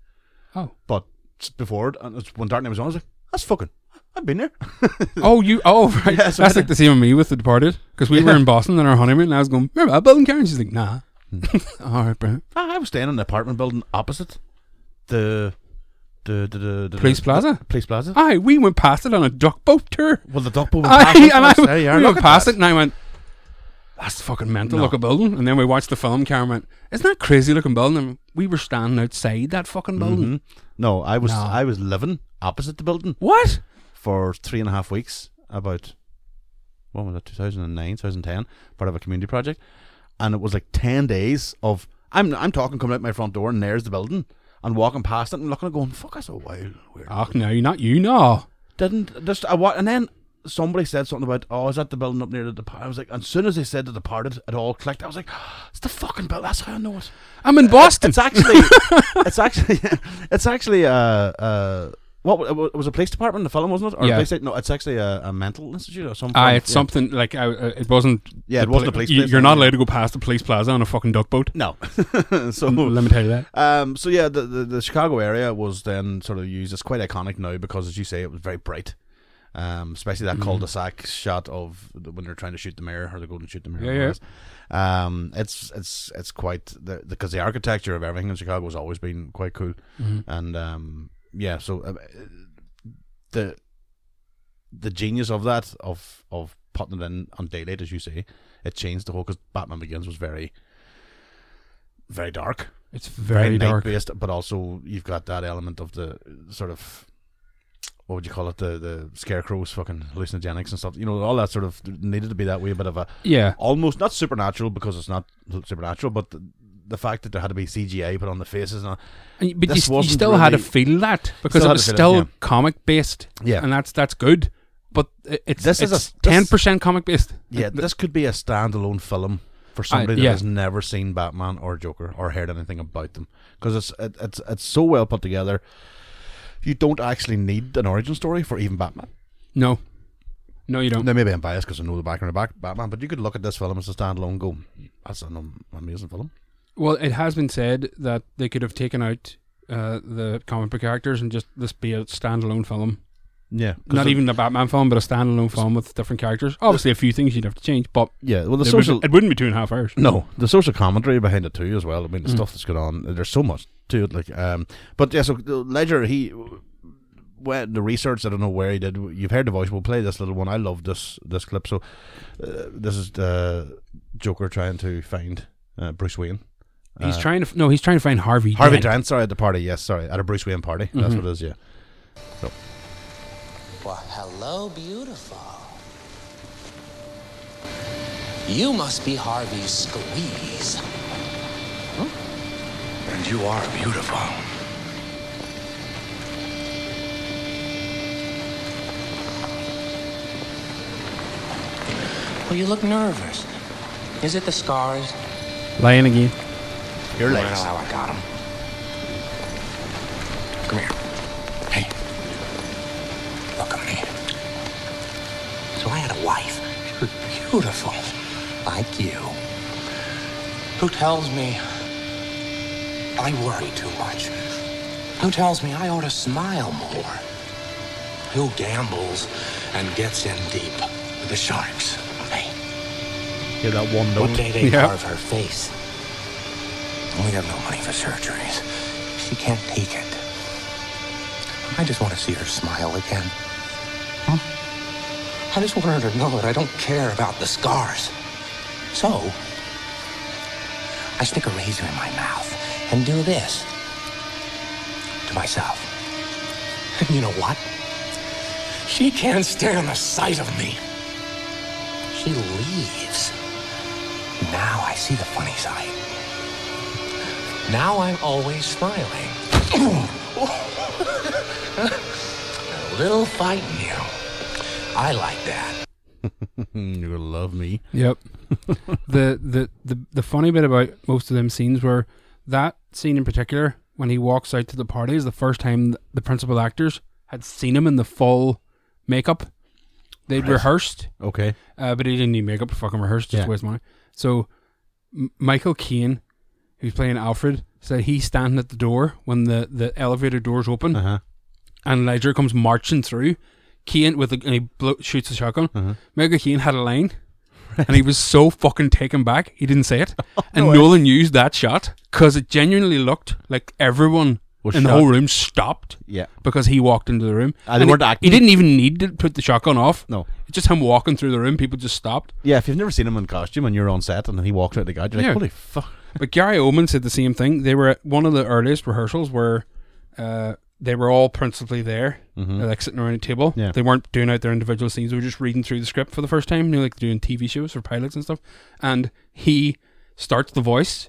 I: oh,
C: but s- before it, and it's when Dark Knight was on, I was like, that's fucking. I've been there. [laughs]
I: oh, you, oh, right.
C: Yeah,
I: That's,
C: so I
I: like the same with me with The Departed because we were in Boston on our honeymoon, and I was going, "Remember that building, Karen?" She's like, "Nah."
C: Hmm.
I: [laughs] All right, bro.
C: I I was staying in an apartment building opposite the the the, the, the
I: Police
C: the-
I: Plaza?
C: Police Plaza.
I: Aye, we went past it on a duck boat tour.
C: Well, the duck boat was
I: Aye,
C: past us,
I: and
C: I
I: [laughs] I
C: was there, yeah,
I: we
C: look
I: went
C: at
I: past
C: that.
I: it, and I went, "That's fucking mental looking building." And then we watched the film. Karen went, "Isn't that crazy looking building?" And we were standing outside that fucking building.
C: Mm-hmm. No, I was
I: No.
C: I was living opposite the building.
I: What?
C: for three and a half weeks about when was that 2009 2010 part of a community project and it was like 10 days of I'm I'm talking coming out my front door and there's the building and walking past it and looking and going fuck that's a wild weird
I: Oh no, not you, no.
C: didn't just I wa- and then somebody said something about oh is that the building up near the departed I was like and as soon as they said the departed it all clicked I was like "Ah, it's the fucking building that's how I
I: [laughs]
C: know it
I: I'm in Boston.
C: it's actually it's actually [laughs] it's actually uh uh what wa- it was a police department in the film wasn't it or a
I: Yeah.
C: police, no it's actually a, a mental institute or something
I: [laughs] Aye, it's something like I, uh, it wasn't.
C: Yeah, it
I: the
C: wasn't a police
I: you,
C: place,
I: You're not
C: no.
I: allowed to go past the police plaza on a fucking duck boat.
C: no [laughs]
I: Let
C: so
I: me tell you that.
C: um so yeah the, the the Chicago area was then sort of used as quite iconic now because as you say it was very bright um especially
I: Mm-hmm.
C: that cul-de-sac shot of the, when they're trying to shoot the mayor or they go and shoot the mayor
I: Yeah,
C: and all
I: yeah.
C: this. um it's it's it's quite the because the, architecture of everything in Chicago has always been quite cool
I: Mm-hmm.
C: and um yeah so uh, the the genius of that of of putting it in on daylight as you say it changed the whole because Batman Begins was very very dark
I: It's very dark.
C: based but also you've got that element of the sort of what would you call it the the scarecrows fucking hallucinogenics and stuff you know all that sort of needed to be that way a bit of a
I: Yeah,
C: almost not supernatural because it's not supernatural but the, the fact that there had to be CGI put on the faces and all,
I: and, you- but you,
C: This
I: s- you
C: wasn't
I: still had to
C: really-
I: feel that because
C: had
I: it
C: to
I: was
C: feel it,
I: still
C: yeah.
I: comic based.
C: Yeah.
I: and that's that's good. But it- it's
C: This is a- this-
I: ten percent comic based.
C: Yeah, this could be a standalone film for somebody
I: yeah.
C: that has never seen Batman or Joker or heard anything about them because it's it, it's it's so well put together. You don't actually need an origin story for even Batman.
I: No, no, you don't.
C: Now maybe I'm biased because I know the background of Bat- Batman, but you could look at this film as a standalone. and Go, that's an am- amazing film.
I: Well, it has been said that they could have taken out uh, the comic book characters and just this be a standalone film.
C: Yeah, 'cause
I: Not
C: it-
I: even a Batman film, but a standalone film with different characters. Obviously, a few things you'd have to change, but
C: Yeah, well, the
I: it, would,
C: social
I: it wouldn't be two and a half hours.
C: No, the social commentary behind it too, as well. I mean, the stuff that's going on. There's so much to it. Like, um, but yeah. So Ledger, he went the research. I don't know where he did. You've heard the voice. We'll play this little one. I love this this clip. So uh, this is the Joker trying to find uh, Bruce Wayne.
I: He's trying to f- no, he's trying to find Harvey.
C: Uh, Harvey
I: Dent.
C: Dent. Sorry, at the party. Yes, sorry, at a Bruce Wayne party. That's what it is. Yeah. So
E: Well, hello, beautiful. You must be Harvey Squeeze.
G: And you are beautiful.
E: Well, you look nervous. Is it the scars?
I: lying again.
C: your legs.
E: Well, I got 'em. Come here. Hey. Look at me. So I had a wife. She was beautiful. Like you. Who tells me I worry too much? Who tells me I ought to smile more? Who gambles and gets in deep with the sharks? Hey.
C: Yeah, that one
E: One
C: note.
E: day they
I: Yeah.
E: carve her face. And we have no money for surgeries. She can't take it. I just want to see her smile again. Hmm? I just want her to know that I don't care about the scars. So, I stick a razor in my mouth and do this to myself. And you know what? She can't stand the sight of me. She leaves. Now I see the funny side. Now I'm always smiling. [coughs] a little fight in you. I like that.
C: You love me.
I: Yep. [laughs] the, the the the funny bit about most of them scenes were that scene in particular when he walks out to the party is the first time th- the principal actors had seen him in the full makeup. They'd rehearsed,
C: Okay.
I: uh, but he didn't need makeup to fucking rehearse, just
C: Yeah.
I: to waste money. So M- Michael Caine, who's playing Alfred, said he's standing at the door when the, the elevator doors open,
C: Uh huh.
I: and Ledger comes marching through. Keane with a, and he blow, shoots a shotgun.
C: Uh-huh.
I: Michael Keane had a line, and he was so fucking taken back he didn't say
C: [laughs]
I: it.
C: Oh,
I: And Nolan used that shot because it genuinely looked like everyone
C: Was
I: in the
C: shot.
I: whole room stopped.
C: Yeah.
I: because he walked into the room.
C: Ah, they
I: he-
C: weren't acting.
I: He didn't even need to put the shotgun off.
C: No.
I: It's just him walking through the room. People just stopped.
C: Yeah. If you've never seen him in costume and you're on set and he walks out the guy, you're like,
I: Yeah.
C: holy fuck.
I: But Gary Oldman said the same thing. They were at one of the earliest rehearsals where uh, they were all principally there, uh, like sitting around a table.
C: Mm-hmm. Yeah.
I: They weren't doing out their individual scenes. They were just reading through the script for the first time, you know, like doing TV shows for pilots and stuff. And he starts the voice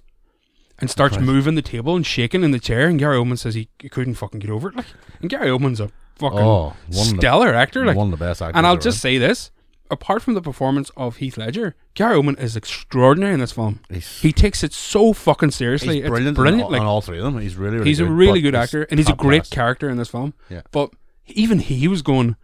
I: and starts moving the table and shaking in the chair. And Gary Oldman says he, he couldn't fucking get over it. Like, and Gary Oldman's a fucking
C: Oh, one of the-
I: stellar actor. Like,
C: one of the best actors
I: And I'll
C: around.
I: just say this. Apart from the performance of Heath Ledger, Gary Oldman is extraordinary in this film.
C: He's-
I: he takes it so fucking seriously.
C: He's
I: It's
C: brilliant,
I: brilliant.
C: On,
I: like
C: on all three of them. He's really, really
I: he's
C: good,
I: a really
C: but
I: good actor, and he's a
C: top
I: great
C: class.
I: character in this film.
C: Yeah.
I: But even he was going,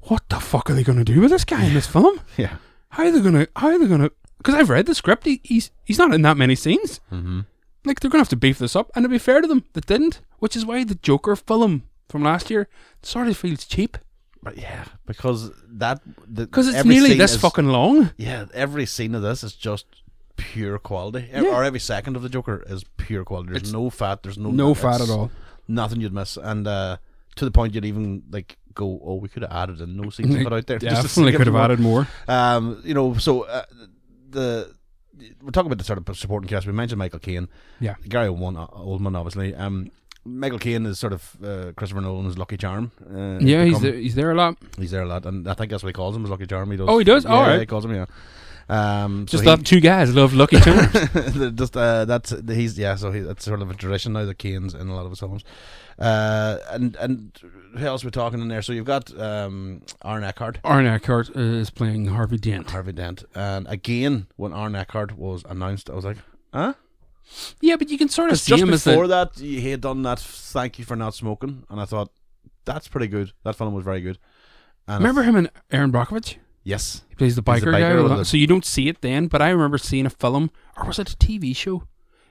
I: "What the fuck are they going to do with this guy in this film?
C: Yeah,
I: How are they going to? How are they going to?" Because I've read the script. He, he's he's not in that many scenes. Mm-hmm. Like they're going to have to beef this up, and to be fair to them, they didn't. Which is why the Joker film from last year sort of feels cheap
C: but yeah, because that
I: because it's nearly this fucking long.
C: Yeah, every scene of this is just pure quality, Ev-
I: Yeah.
C: or every second of the Joker is pure quality. There's no fat. There's no
I: No
C: it's
I: fat at all.
C: Nothing you'd miss, and uh, to the point you'd even like go, "Oh, we could have added in no
I: [laughs]
C: scenes put out there." just to
I: Definitely
C: get
I: could have
C: more."
I: added more.
C: Um, you know, so uh, the we're talking about the sort of supporting cast. We mentioned Michael Caine.
I: Yeah.
C: Gary Oldman, uh, Oldman obviously. Um, Michael Caine is sort of uh, Christopher Nolan's lucky charm. Uh,
I: Yeah, he's
C: become-
I: there, he's there a lot.
C: he's there a lot, and I think that's what he calls him, his lucky charm. He does.
I: Oh, he does?
C: Yeah,
I: All
C: yeah,
I: right.
C: he calls him. Yeah. Um, so
I: Just
C: he- [laughs]
I: that two guys love Lucky [laughs] Charms.
C: They're just uh, that's he's yeah. So he, that's sort of a tradition now that Kane's in a lot of his films. Uh, and and who else we talking in there? So you've got um, Aaron Eckhart,
I: Aaron Eckhart uh, is playing Harvey Dent.
C: Harvey Dent, and again when Aaron Eckhart was announced, I was like, huh?
I: Yeah, but you can sort of see
C: Just
I: him as the-
C: before that, he had done that. Thank you for not smoking, and I thought that's pretty good. That film was very good. And
I: Remember him and Aaron Brockovich?
C: Yes,
I: He plays the
C: He's
I: biker, guy.
C: with
I: a lot,
C: the-
I: So you don't see it then, but I remember seeing a film, or was it a TV show?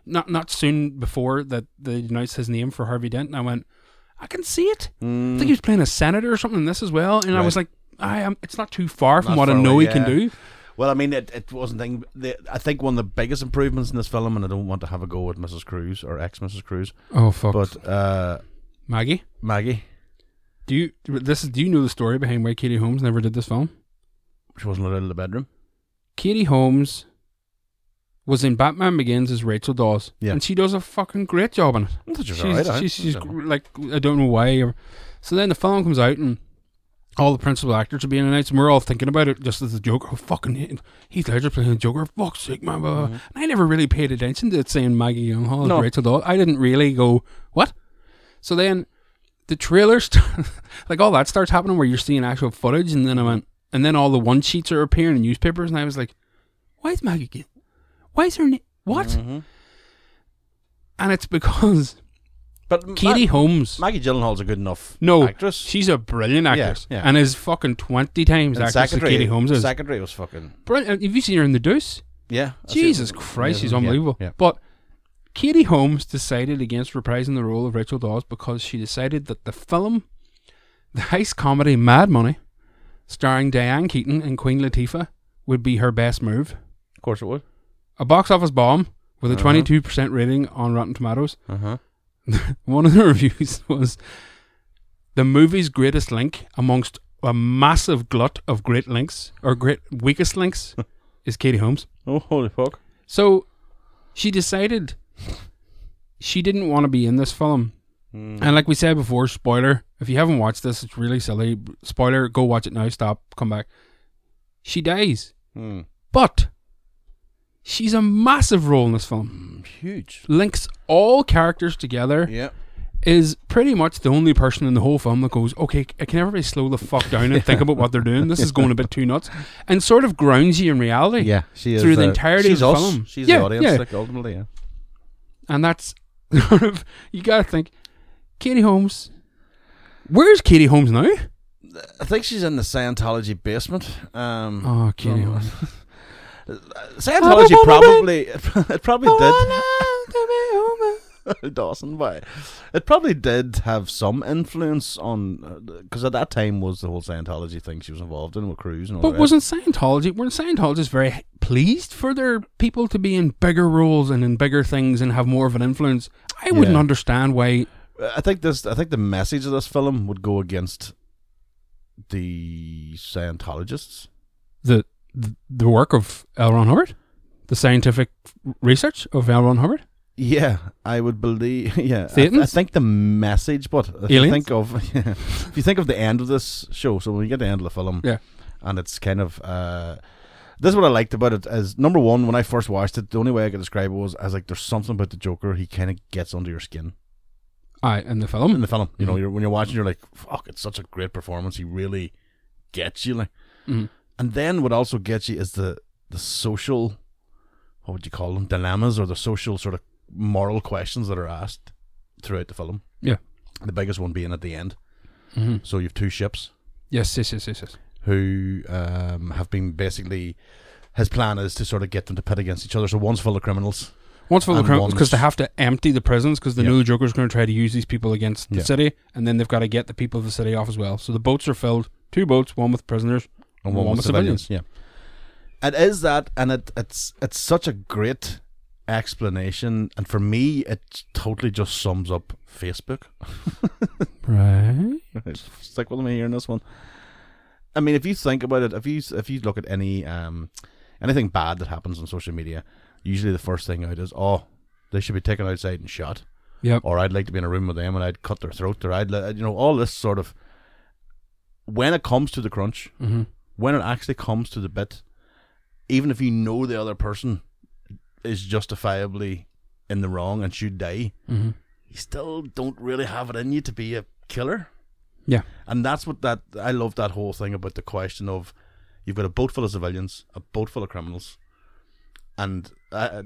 I: Not not soon before that they announced his name for Harvey Dent, and I went, I can see it. I think he was playing a senator or something in this as well, and I was
C: Hmm. Right.
I: like, I am. It's not too far from
C: Not
I: what I
C: far
I: know
C: away,
I: he can
C: yeah.
I: do.
C: Well, I mean, it, it wasn't. Thing, the, I think one of the biggest improvements in this film, and I don't want to have a go at Mrs. Cruz or ex Mrs. Cruz,
I: Oh fuck,
C: but uh,
I: Maggie,
C: Maggie,
I: do you this is do you know the story behind why Katie Holmes never did this film?
C: she wasn't allowed in the bedroom.
I: Katie Holmes was in Batman Begins as Rachel Dawes,
C: Yeah.
I: and she does a fucking great job in it.
C: I thought she was
I: she's
C: alright, eh?
I: she's, she's
C: I don't
I: gr- like I don't know why. Or, so then the film comes out and all the principal actors are being announced, and we're all thinking about it just as a joke. Oh fucking Heath Ledger playing the Joker, fuck's sake, man! Blah, blah, blah. And I never really paid attention to it saying Maggie Gyllenhaal as
C: Mm-hmm. No.
I: Rachel Dawes. I didn't really go what. So then the trailer, st- [laughs] like all that starts happening where you're seeing actual footage, and then I went, and then all the one sheets are appearing in newspapers, and I was like, why is Maggie? Gy- Why is her name? What?
C: Mm-hmm.
I: And it's because
C: But Ma-
I: Katie Holmes.
C: Maggie Gyllenhaal's a good enough
I: no,
C: actress.
I: she's a brilliant actress,
C: yeah.
I: and is fucking twenty times
C: And
I: actress than Katie Holmes is.
C: Secretary was fucking
I: Brilliant. Have you seen her in The Deuce?
C: yeah. I see
I: Jesus
C: it.
I: Christ,
C: Yeah,
I: she's
C: yeah,
I: unbelievable.
C: Yeah,
I: But Katie Holmes decided against reprising the role of Rachel Dawes because she decided that the film, the heist comedy Mad Money, starring Diane Keaton and Queen Latifah, would be her best move.
C: of course it would.
I: A box office bomb with a 22% rating on Rotten Tomatoes. [laughs] One of the [laughs] reviews was the movie's greatest link amongst a massive glut of great links or great weakest links is Katie Holmes.
C: Oh holy fuck!
I: So she decided she didn't want to be in this film.
C: Hmm.
I: And like we said before, spoiler, if you haven't watched this, it's really silly. Spoiler, go watch it now, stop, come back. She dies.
C: Hmm.
I: But she's a massive role in this film.
C: Huge.
I: Links all characters together.
C: Yeah.
I: Is pretty much the only person in the whole film that goes, okay, c- can everybody slow the fuck down and think about what they're doing? This is going a bit
C: [laughs]
I: too nuts, and sort of grounds you in reality.
C: Yeah, she is
I: through the
C: there.
I: entirety
C: she's
I: of the
C: us.
I: film.
C: She's
I: Yeah,
C: the audience,
I: yeah.
C: like ultimately. Yeah.
I: and that's [laughs] sort of you gotta think katie holmes where's katie holmes now
C: I think she's in the Scientology basement. Um,
I: oh katie [laughs] holmes
C: Scientology probably [laughs] it probably did. [laughs] Dawson, why? It probably did have some influence on because at that time was the whole Scientology thing she was involved in with Cruz and all
I: but
C: that.
I: wasn't scientology weren't scientologists very pleased for their people to be in bigger roles and in bigger things and have more of an influence i wouldn't
C: Yeah.
I: understand why
C: I think this. I think the message of this film would go against the Scientologists.
I: the the work of L. Ron Hubbard, the scientific research of L. Ron Hubbard.
C: Yeah, I would believe. [laughs] Yeah, I, th- I
I: Thetans?
C: think the message. But if you
I: Aliens?
C: think of [laughs] if you think of the end of this show, so when you get to the end of the film,
I: Yeah.
C: and it's kind of uh, this is what I liked about it is number one when I first watched it, the only way I could describe it was as like there's something about the Joker he kind of gets under your skin
I: Aye, in the
C: in
I: film.
C: the film. You know, you're, when you're watching, you're like, fuck, it's such a great performance. He really gets you, like.
I: Mhm.
C: And then what also gets you is the the social, what would you call them, dilemmas or the social sort of moral questions that are asked throughout the film.
I: Yeah.
C: The biggest one being at the end.
I: Mhm.
C: So you've two ships
I: Yes, yes, yes, yes, yes.
C: who um, have been basically. His plan is to sort of get them to pit against each other. So one's full of criminals,
I: Once for the
C: And
I: criminals, because they
C: once-
I: have to empty the prisons, because the
C: Yeah.
I: new Joker's going to try to use these people against the
C: Yeah.
I: city, and then they've got to get the people of the city off as well. So the boats are filled, two boats, one with prisoners,
C: and one, with civilians. Yeah, it is that, and it it's it's such a great explanation, and for me, it totally just sums up Facebook.
I: Right.
C: [laughs] Stick with me here in this one. I mean, if you think about it, if you if you look at any um anything bad that happens on social media, usually the first thing out is, oh, they should be taken outside and shot,
I: Yep.
C: or I'd like to be in a room with them and I'd cut their throat, or I'd li- you know all this sort of. When it comes to the crunch,
I: Mm-hmm.
C: when it actually comes to the bit even if you know the other person is justifiably in the wrong and should die,
I: Mm-hmm.
C: you still don't really have it in you to be a killer.
I: Yeah.
C: And that's what that I love that whole thing about the question of you've got a boat full of civilians, a boat full of criminals, and uh,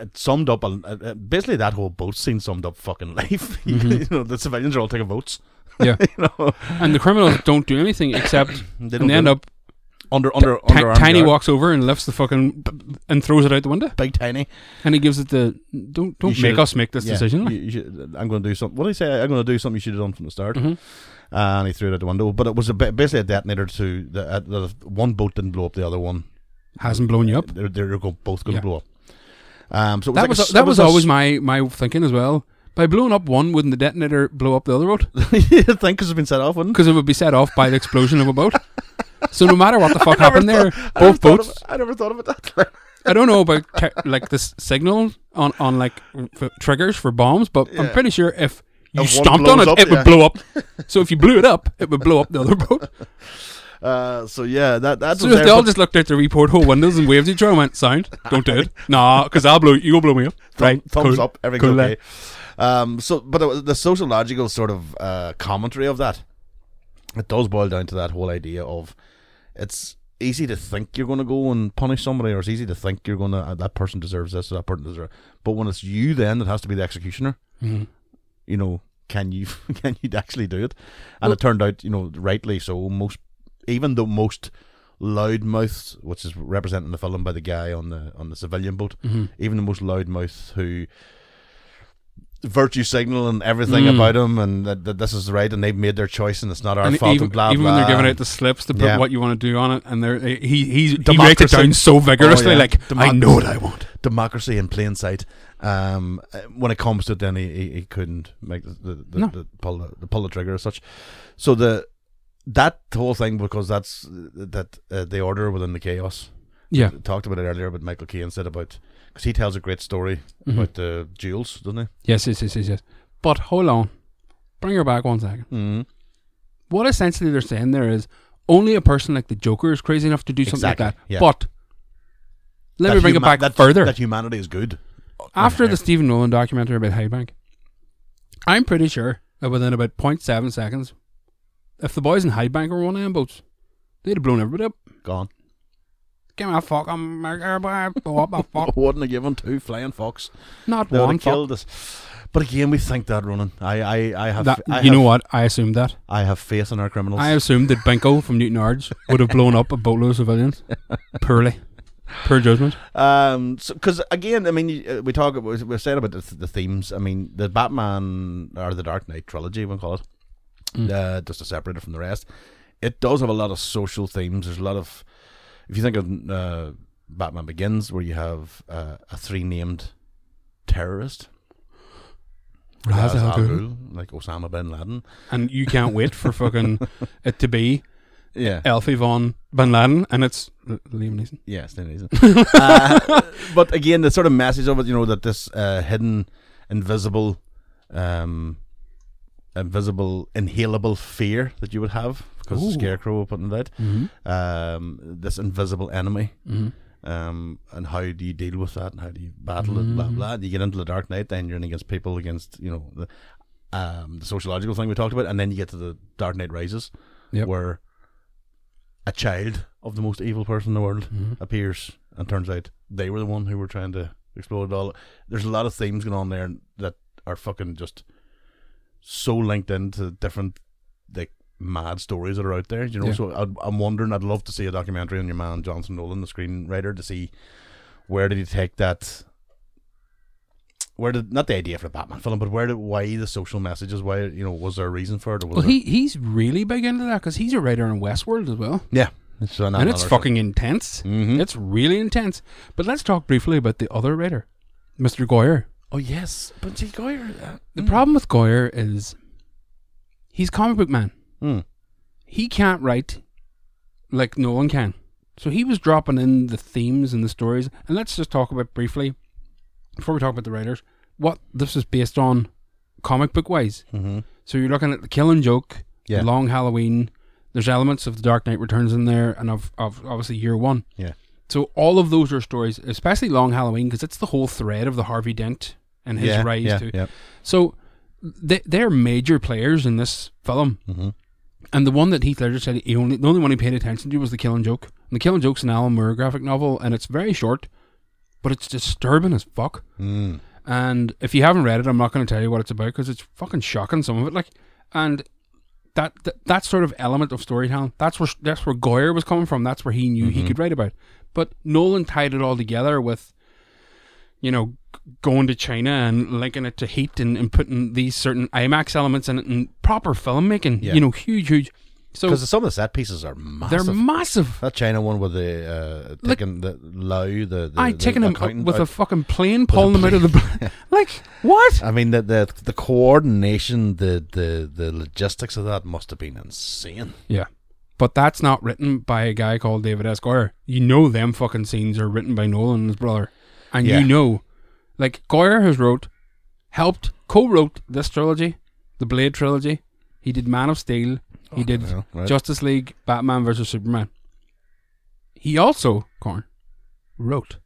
C: it summed up uh, uh, basically that whole boat scene summed up fucking [laughs] life. You
I: Mm-hmm.
C: know, the civilians are all taking votes. [laughs]
I: Yeah.
C: You know,
I: And the criminals don't do anything except
C: [coughs] They don't
I: and they end
C: do-
I: up
C: under under
I: ti-
C: under
I: Tiny walks over and lifts the fucking and throws it out the window,
C: big tiny.
I: and he gives it the don't don't
C: You
I: make
C: should-
I: us make this
C: yeah,
I: decision. like.
C: you- you should- I'm going to do something. What did he say? I'm going to do something you should have done from the start.
I: Mm-hmm.
C: And he threw it out the window. But it was a bit, basically a detonator to the, uh, the one boat didn't blow up the other one.
I: Hasn't blown you up.
C: They're, they're go- both going to
I: Yeah.
C: blow up. Um, so it was
I: That
C: like a
I: was
C: s-
I: that
C: it
I: was
C: a s-
I: always my my thinking as well. By blowing up one, wouldn't the detonator blow up the other road?
C: [laughs] You'd think 'cause it's been set off, wouldn't it?
I: Because it would be set off by the explosion of
C: [laughs]
I: a boat. So no matter what the fuck happened there,
C: I never
I: [laughs] both
C: thought
I: boats.
C: of- I never thought about that.
I: I don't know
C: [laughs]
I: about te- like this signal on on like f- triggers for bombs, but I'm pretty sure if you
C: one
I: stomped on
C: blows
I: it,
C: up,
I: it
C: yeah.
I: would
C: [laughs]
I: blow up. So if you blew it up, it would blow up the other boat.
C: [laughs] uh, so yeah, that that's
I: So
C: what
I: if
C: they're-
I: they all just looked out their wee porthole windows and waved at each other and went, "Sound,
C: [laughs]
I: don't do it, nah, because I'll blow you, will blow me up."
C: thumb-
I: right,
C: thumbs
I: cool,
C: up, everything
I: cool, eh.
C: okay.
I: lad.
C: Um, so, but it was the sociological sort of uh, commentary of that, it does boil down to that whole idea of it's easy to think you're going to go and punish somebody, or it's easy to think you're going to uh, that person deserves this, or that person deserves. But when it's you, then that has to be the executioner. You know, can you [laughs] can you actually do it? And it turned out, you know, rightly so. Most, even though most loudmouths, which is represented in the film by the guy on the on the civilian boat,
I: Mm-hmm.
C: even the most loudmouth who virtue signal and everything
I: Mm.
C: about him, and that, that this is right, and they've made their choice, and it's not our
I: And
C: fault,
I: even,
C: and blah
I: even
C: blah.
I: when they're giving out the slips to put
C: Yeah.
I: what you want to do on it, and they're eh, he he he writes it
C: Democracy.
I: down so vigorously,
C: Oh, yeah.
I: like I
C: Democ-
I: know what I want.
C: democracy in plain sight. Um, uh, when it comes to it, then he, he, he couldn't make the the, the,
I: No.
C: the pull the, the pull the trigger as such. So the that whole thing because that's that uh, the order within the chaos.
I: Yeah,
C: Talked about it earlier, but Michael Caine said about because he tells a great story
I: Mm-hmm.
C: about the jewels, doesn't he?
I: Yes, yes, yes, yes, yes. But hold on. Bring her back one second.
C: Mhm.
I: What essentially they're saying there is only a person like the Joker is crazy enough to do something like
C: Exactly,
I: that.
C: yeah.
I: But let
C: That
I: me bring
C: huma-
I: it back
C: that,
I: further.
C: That humanity is good.
I: After the Stephen Nolan documentary about High Bank, I'm pretty sure that within about 0.7 seconds, if the boys in High Bank were one of them boats, they'd have blown everybody up.
C: Gone.
I: Give me a fuck. I'm
C: [laughs]
I: what the fuck.
C: Wouldn't have given two flying fox.
I: Not
C: They would
I: one
C: have
I: fuck.
C: killed us. But again, we think that Ronan. I, I, I have.
I: That,
C: I
I: you
C: have,
I: know what? I assumed that.
C: I have faith in our criminals.
I: I assumed that Benko from Newton Ards would have blown up a boatload of civilians. Poorly. Poor judgment.
C: Um, because again, I mean, you- uh, we talk about we're saying about the, th- the themes. I mean, the Batman or the Dark Knight trilogy, we'll call it, uh, just to separate it from the rest. It does have a lot of social themes. There's a lot of, if you think of uh, Batman Begins, where you have uh, a three named terrorist,
I: Ra's
C: Ra's
I: al
C: al
I: Ghul.
C: Ghul, like Osama bin Laden.
I: And you can't wait for fucking it to be
C: Yeah,
I: Alfie von Bin Laden and it's L- Liam Neeson.
C: Yeah, it's no reason. [laughs] uh, but again, the sort of message of it, you know, that this uh, hidden, invisible, um, invisible, inhalable fear that you would have because the scarecrow were putting it out, um, this invisible enemy. Um, and how do you deal with that? And how do you battle it? Blah blah. You get into the dark night, then you're in against people, against you know the um, the sociological thing we talked about, and then you get to the Dark Knight Rises,
I: Yep.
C: where a child of the most evil person in the world
I: Mm-hmm.
C: appears and turns out they were the one who were trying to explode it all. There's a lot of themes going on there that are fucking just so linked into different like mad stories that are out there. You know,
I: Yeah.
C: so I'd, I'm wondering. I'd love to see a documentary on your man Johnson Nolan, the screenwriter, to see where did he take that. Where did not the idea for the Batman film, but where did why the social messages? Why you know was there a reason for it? Or was
I: Well,
C: there-
I: he, he's really big into that because he's a writer in Westworld as well.
C: yeah, it's an-
I: and it's
C: another-
I: fucking intense. It's really intense. But let's talk briefly about the other writer, Mr. Goyer.
C: Oh yes, but see, Goyer. uh,
I: The problem with Goyer is he's a comic book man.
C: Mm.
I: He can't write like no one can. So he was dropping in the themes and the stories. And let's just talk about briefly, before we talk about the writers, what this is based on comic book wise. Mm-hmm. So you're looking at the Killing Joke,
C: Yeah.
I: Long Halloween. There's elements of The Dark Knight Returns in there and of, of obviously Year One.
C: Yeah.
I: So all of those are stories, especially Long Halloween, because it's the whole thread of the Harvey Dent and his
C: Yeah,
I: rise
C: yeah,
I: to.
C: yeah.
I: So they they're major players in this film. Mm-hmm. And the one that Heath Ledger said he only the only one he paid attention to was the Killing Joke. And the Killing Joke's an Alan Moore graphic novel, and it's very short, but it's disturbing as fuck. And if you haven't read it, I'm not going to tell you what it's about because it's fucking shocking. Some of it, like, and that, that that sort of element of storytelling, that's where that's where Goyer was coming from. That's where he knew he could write about. But Nolan tied it all together with, you know, g- going to China and linking it to heat and, and putting these certain IMAX elements in it and proper filmmaking.
C: Yeah.
I: You know, huge, huge. So
C: Because some of the set pieces are massive.
I: Oh. they're massive.
C: that China one with the uh,
I: Like-
C: taking the Lau, the, the
I: I
C: the
I: taking him
C: accountant
I: uh, with
C: out.
I: a fucking plane, pulling him out of the [laughs] like what?
C: I mean the the the coordination, the the the logistics of that must have been insane.
I: Yeah. But that's not written by a guy called David S. Goyer. You know them fucking scenes are written by Nolan and his brother. And
C: Yeah.
I: you know like Goyer has wrote helped co wrote this trilogy, the Blade trilogy. He did Man of Steel, he did
C: hell, Oh, right.
I: Justice League, Batman versus Superman. He also, Corn, wrote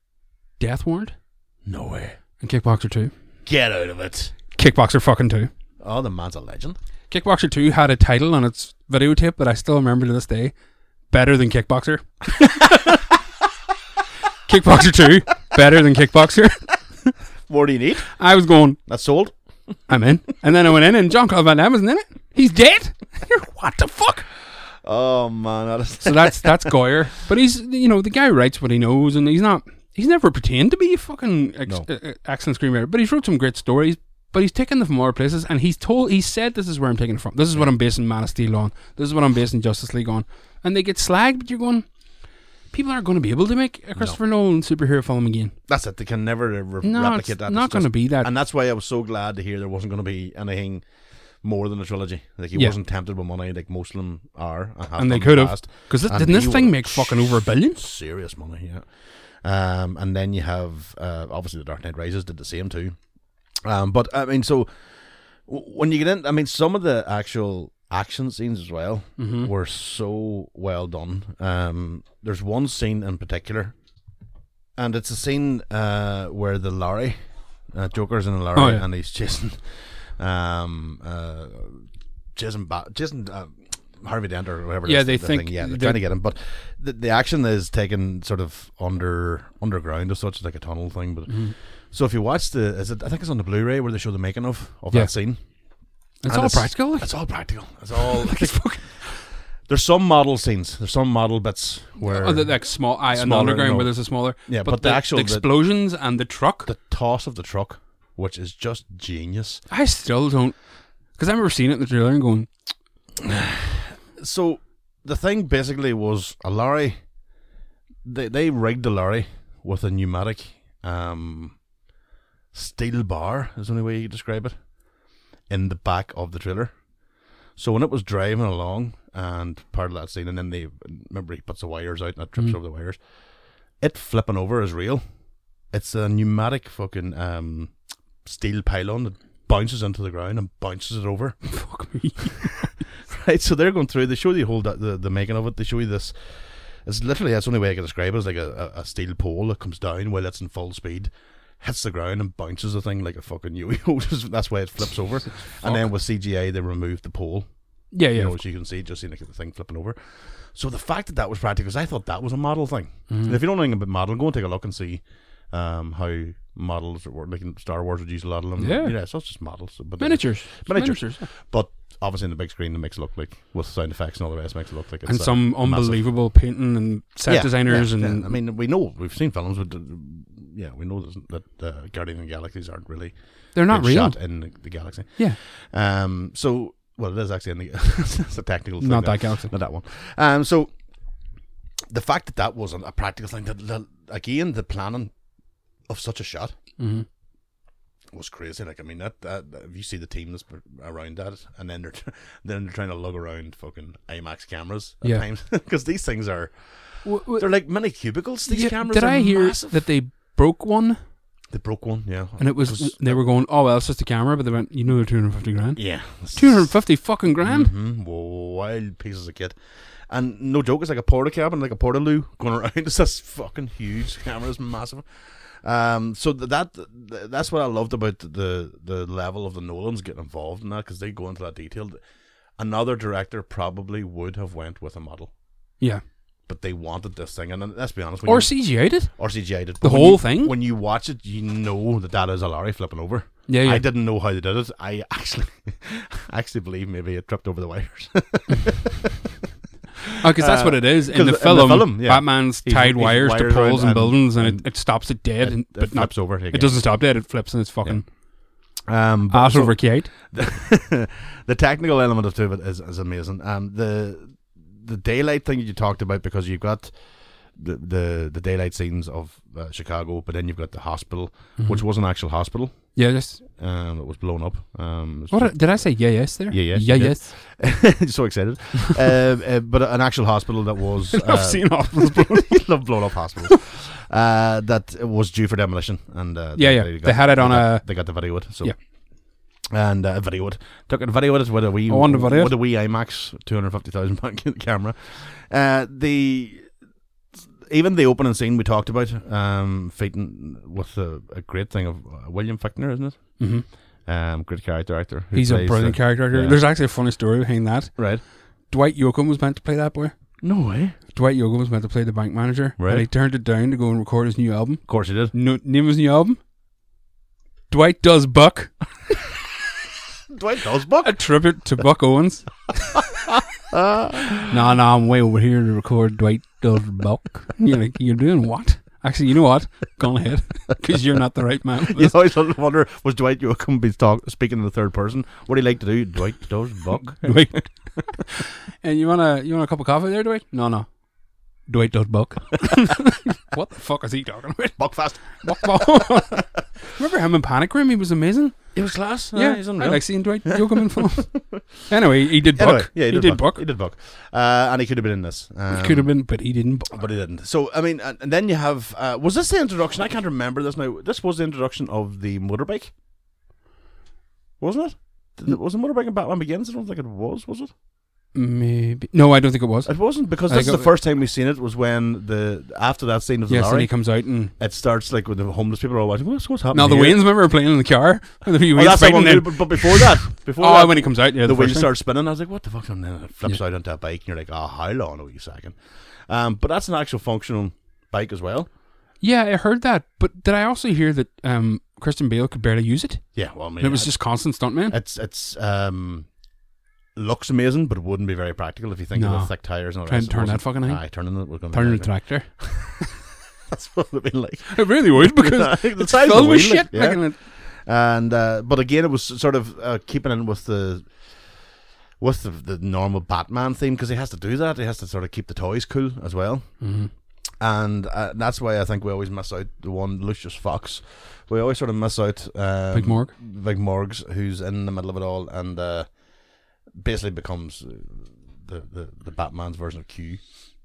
I: Death Warrant
C: No way.
I: and Kickboxer two.
C: Get out of it.
I: Kickboxer fucking two.
C: Oh, the man's a legend.
I: Kickboxer 2 had a title on its videotape that I still remember to this day Better Than Kickboxer. [laughs] Kickboxer 2, Better Than Kickboxer.
C: What do you need?
I: I was going,
C: That's sold.
I: I'm in. And then I went in, and John Claude Van Damme isn't in it. He's dead. [laughs] You're, what the fuck?
C: Oh man, that is [laughs]
I: So that's that's Goyer. But he's, you know, the guy writes what he knows, and he's not, he's never pretend to be a fucking ex-
C: No.
I: uh, uh, excellent screenwriter. But he's wrote some great stories. But he's taken them from other places, and he's told, he said, "This is where I'm taking it from. This is what I'm basing Man of Steel on. This is what I'm basing Justice League on." And they get slagged, but you're going, people aren't going to be able to make a Christopher Nolan superhero film again.
C: that's it. They can never re-
I: No,
C: replicate
I: it's
C: that.
I: not
C: It's
I: gonna
C: just-
I: be that.
C: And that's why I was so glad to hear there wasn't going to be anything more than a trilogy. Like he
I: Yeah.
C: wasn't tempted with money, like most of them are, and, have
I: And they
C: done in
I: could
C: the
I: have,
C: past.
I: because
C: And
I: didn't this
C: he
I: thing
C: would-
I: make fucking over a billion?
C: serious money. Yeah. Um, and then you have uh, obviously the Dark Knight Rises did the same too. Um, but I mean, so w- when you get in, I mean, some of the actual action scenes as well
I: Mm-hmm.
C: were so well done. Um, there's one scene in particular, and it's a scene uh, where the lorry, uh, Joker's in a lorry,
I: Oh, yeah.
C: and he's chasing, um, uh, chasing, ba- chasing. Uh, Harvey Dent or whatever. it
I: Yeah,
C: is,
I: they
C: the
I: think
C: thing. Yeah, they're
I: they-
C: trying to get him, but the, the action is taken sort of under underground as such, like a tunnel thing. But
I: Mm-hmm.
C: so if you watch the, is it? I think it's on the Blu-ray where they show the making of of
I: Yeah.
C: that scene.
I: It's
C: And
I: all practical. like-
C: It's all practical. It's all.
I: [laughs] like, it's fucking-
C: [laughs] there's some model scenes. There's some model bits where
I: Oh, the, like small, I on the
C: Smaller,
I: underground
C: no.
I: where there's a smaller.
C: Yeah, but the actual- the-
I: explosions and the truck.
C: the toss of the truck, which is just genius.
I: I still don't, because I remember seeing it in the trailer and going,
C: so the thing basically was a lorry. They they rigged the lorry with a pneumatic um, steel bar. Is the only way you could describe it in the back of the trailer. So when it was driving along and part of that scene, and then they remember he puts the wires out and it trips over the wires. It flipping over is real. It's a pneumatic fucking um, steel pylon that bounces into the ground and bounces it over
I: "Fuck me." [laughs]
C: right? So they're going through. They show you the whole da- the, the making of it. They show you this. It's literally that's the only way I can describe it. It's like a, a, a steel pole that comes down while it's in full speed, hits the ground and bounces the thing like a fucking yo-yo. [laughs] Just- that's why it flips
I: [laughs]
C: over. And then with CGI, they removed the pole.
I: Yeah,
C: You
I: yeah.
C: know, so you can see just seeing like, the thing flipping over. So the fact that that was practical, 'cause I thought that was a model thing.
I: Mm-hmm.
C: And if you don't know anything about model, go and take a look and see um, how models were. Like in Star Wars would use a lot of them.
I: Yeah.
C: yeah. So it's just models, but they-
I: Miniatures.
C: miniatures.
I: Miniatures, yeah.
C: But obviously, in the big screen, it makes it look like with sound effects and all the rest, makes it look like it's
I: and
C: uh,
I: some
C: massive.
I: unbelievable painting and set
C: Yeah,
I: designers
C: yeah,
I: and
C: yeah. I mean, we know we've seen films, but uh, yeah, we know that that uh, Guardian of the Galaxies aren't really
I: they're not
C: been
I: real.
C: shot in the, the galaxy.
I: Yeah,
C: Um, so well, it is actually in [laughs] the it's a technical thing
I: Not
C: there.
I: that galaxy.
C: not that one. Um, so the fact that that wasn't a practical thing that, that again the planning of such a shot
I: Mm-hmm.
C: was crazy. Like I mean that, that that- if you see the team that's b- around that, and then they're [laughs] tr- then they're trying to lug around fucking IMAX cameras at
I: Yeah.
C: times [laughs] because these things are they're like mini cubicles. These
I: Yeah,
C: cameras
I: did
C: are
I: I hear
C: massive.
I: that they broke one
C: they broke one? Yeah,
I: and it was, they were going, "Oh well, it's just a camera," but they went, "You know, they're two hundred fifty grand."
C: yeah Mm-hmm.
I: Mm-hmm. Two hundred fifty fucking grand.
C: Mhm, wild pieces of kit. And no joke, it's like a porta cabin, like a porta loo going [laughs] around. It's this fucking huge camera, it's massive. Um, so th- that th- that's what I loved about the the level of the Nolans getting involved in that because they go into that detail. Another director probably would have went with a model,
I: Yeah.
C: but they wanted this thing. And then, let's be honest, when
I: Or
C: you-
I: CGI did.
C: or CGI did
I: The
C: But when
I: whole
C: you-
I: thing?
C: When you watch it, you know that that is a lorry flipping over.
I: Yeah, yeah.
C: I didn't know how they did it. I [laughs] actually, I actually believe maybe it tripped over the wires. [laughs]
I: Oh, because that's
C: Uh,
I: what it is. In
C: 'cause
I: the
C: in the
I: film,
C: film, yeah.
I: Batman's
C: He's-
I: tied
C: he's
I: wires to
C: wired around
I: poles and,
C: and-
I: buildings, and,
C: and
I: it, it stops it dead, and, but
C: it
I: not,
C: flips over.
I: it doesn't stop dead. It flips and it's fucking
C: Um, but
I: ass
C: also-
I: over kite.
C: [laughs] the technical element of to it is, is amazing. Um, the the daylight thing you talked about because you've got the the, the daylight scenes of uh, Chicago, but then you've got the hospital,
I: Mm-hmm.
C: which was an actual hospital.
I: Yeah, yes.
C: Um, it was blown up. Um, it's
I: What a- did I say? Yeah, yes. There.
C: Yeah, yes,
I: Yeah,
C: you did. [laughs]
I: yes.
C: so excited. um, uh, but an actual hospital that was. Uh,
I: [laughs] I've seen hospitals.
C: [laughs] love blown up hospitals. uh, that was due for demolition, and uh,
I: Yeah, yeah. They had it on
C: got-
I: a-
C: They got the video it. So.
I: Yeah.
C: And uh, video it. Took a video it with a wee,
I: I wonder video it.
C: with a wee IMAX, two hundred fifty thousand pound [laughs] camera. Uh, the even the opening scene we talked about, um, fighting with a, a great thing of uh, William Fichtner, isn't it?
I: Mhm.
C: Um, great character actor. who
I: He's a
C: plays the-
I: brilliant character. actor.
C: yeah.
I: There's actually a funny story behind that.
C: Right.
I: Dwight Yoakam was meant to play that boy.
C: No way.
I: Dwight Yoakam was meant to play the bank manager,
C: Right.
I: and he turned it down to go and record his new album.
C: Of course he did.
I: No, name of his new album. Dwight does Buck,
C: Dwight does buck.
I: a tribute to
C: [laughs]
I: Buck Owens. nah, nah, I'm way over here to record Dwight does Buck. You're like, you're doing what? Actually, you know what? Go ahead, [laughs] because you're not the right man.
C: [laughs]
I: for
C: You
I: this.
C: always wonder was Dwight Yoakam be talk, speaking in the third person? What do you like to do? Dwight does
I: [laughs]
C: buck.
I: Dwight. [laughs] and you want a you want a cup of coffee there, Dwight? No, no. Dwight does Buck. [laughs] what the fuck is he talking about?
C: Buckfast.
I: Buck Ball. [laughs] Remember him in Panic Room? He was amazing.
C: It was class.
I: I like seeing Dwight Yoakam
C: [laughs]
I: in films. anyway, he did Buck.
C: Anyway, yeah, he did, buck.
I: Buck.
C: He did buck. Uh, and he could have been in this. Um,
I: Could have been, but he didn't. Buck.
C: but he didn't. So I mean, and, and then you have uh, was this the introduction? I can't remember this now. This was the introduction of the motorbike, wasn't it? Did it- was the motorbike in Batman Begins? I don't think it was. Was it?
I: Maybe no, I don't think it was.
C: It wasn't because
I: I
C: this is the
I: think it-
C: first time we've seen it. Was when the after that scene of the
I: Yes, and he
C: lorry,
I: comes out and
C: it starts like with the homeless people are all watching. What's, what's happening?
I: now the
C: here?
I: Wayans remember playing in the car. And the
C: Oh,
I: Wayans
C: that's the
I: fighting
C: one.
I: then-
C: But, but before that, before
I: [laughs] oh,
C: that,
I: when he comes out, yeah,
C: the,
I: the,
C: wheels
I: first time.
C: start spinning, I was like, "What the fuck?" And then it flips out onto that bike, and you're like, "Oh, how long are you second? Um, but that's an actual functional bike as well.
I: Yeah, I heard that, but did I also hear that um, Kristen Bale could barely use it?
C: Yeah, well, I mean,
I: And it was just constant stuntman.
C: it's it's um looks amazing, but it wouldn't be very practical if you think of
I: No.
C: the thick tires and all
I: Try
C: that.
I: and turn that fucking thing.
C: Aye, turning it was going to turn
I: Turning the [laughs] tractor.
C: [laughs] That's what it'd be like.
I: It really would because
C: The
I: it's
C: size of the
I: filled with
C: wheel,
I: shit.
C: yeah.
I: like, and it-
C: and uh, but again, it was sort of uh, keeping in with the with the, the normal Batman theme because he has to do that. He has to sort of keep the toys cool as well,
I: Mm-hmm.
C: and uh, that's why I think we always miss out the one Lucius Fox. We always sort of miss out um,
I: Big Morg.
C: Big Morgs, who's in the middle of it all, and uh, basically becomes uh, the, the the Batman's version of Q.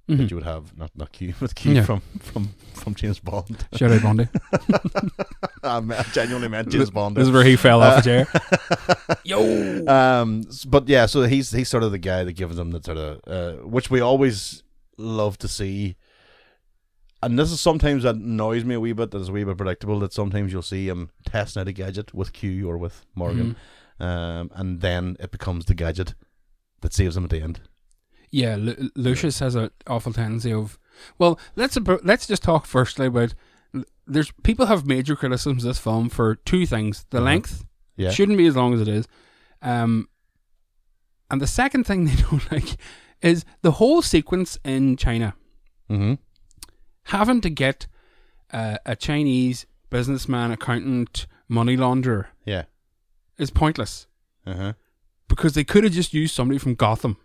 C: That you would have not not Q, but Q
I: Mm-hmm. Yeah.
C: from from from James
I: [laughs]
C: Bond.
I: Shout out Bondi.
C: I me- I genuinely meant James Bond.
I: This is where he fell off a chair. Yo.
C: Um, s- but yeah, so he's he's sort of the guy that gives them that sort of uh, which we always love to see. And this is sometimes that annoys me a wee bit. That is a wee bit predictable. That sometimes you'll see him testing out a gadget with Q or with Morgan,
I: Mm-hmm.
C: um, and then it becomes the gadget that saves him at the end.
I: [laughs] Yeah, Lu- Lucius has an awful tendency of. Well, let's abro- let's just talk firstly about. There's people have major criticisms of this film for two things: the length
C: Yeah.
I: shouldn't be as long as it is, um, and the second thing [laughs] they don't like is the whole sequence in China
C: Mm-hmm.
I: having to get uh, a Chinese businessman, accountant, money launderer
C: Yeah.
I: is pointless
C: Uh huh.
I: because they could have just used somebody from Gotham.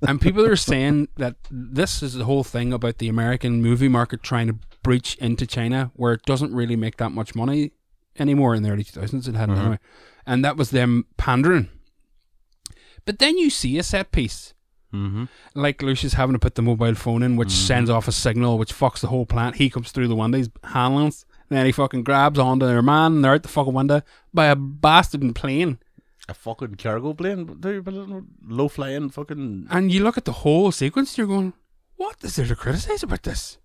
I: and people are saying that this is the whole thing about the American movie market trying to breach into China, where it doesn't really make that much money anymore in the early 2000s. It hadn't anyway. And that was them pandering. But then you see a set piece. Like Lucius having to put the mobile phone in, which sends off a signal, which fucks the whole plant. He comes through the window, he's handlings, and then he fucking grabs onto their man, and they're out the fucking window by a bastard in plane.
C: a fucking cargo plane, but they're low flying fucking.
I: And you look at the whole sequence and you're going, what is there to criticize about this?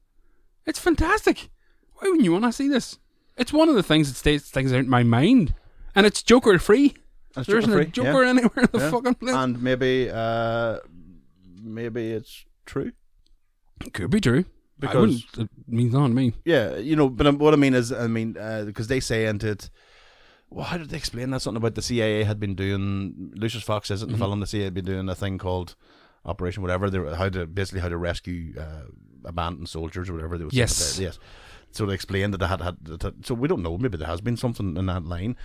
I: It's fantastic. Why wouldn't you want to see this? It's one of the things that stays things out in my mind. And it's Joker free.
C: That's
I: there isn't a
C: joker-free, yeah.
I: Joker anywhere in the
C: Yeah.
I: fucking place.
C: And maybe, uh, maybe it's true.
I: Could be true.
C: Because-
I: I wouldn't, it means nothing to me.
C: Yeah, you know, but um, what I mean is, I mean, because they say into it. Well, how did they explain that? Something about the CIA had been doing. Lucius Fox says it in
I: Mm-hmm.
C: the film. The CIA had been doing a thing called Operation whatever. They were how to basically how to rescue uh, abandoned soldiers or whatever they were.
I: Yes.
C: yes. So they explained that they had had. that- that- so we don't know. Maybe there has been something in that line,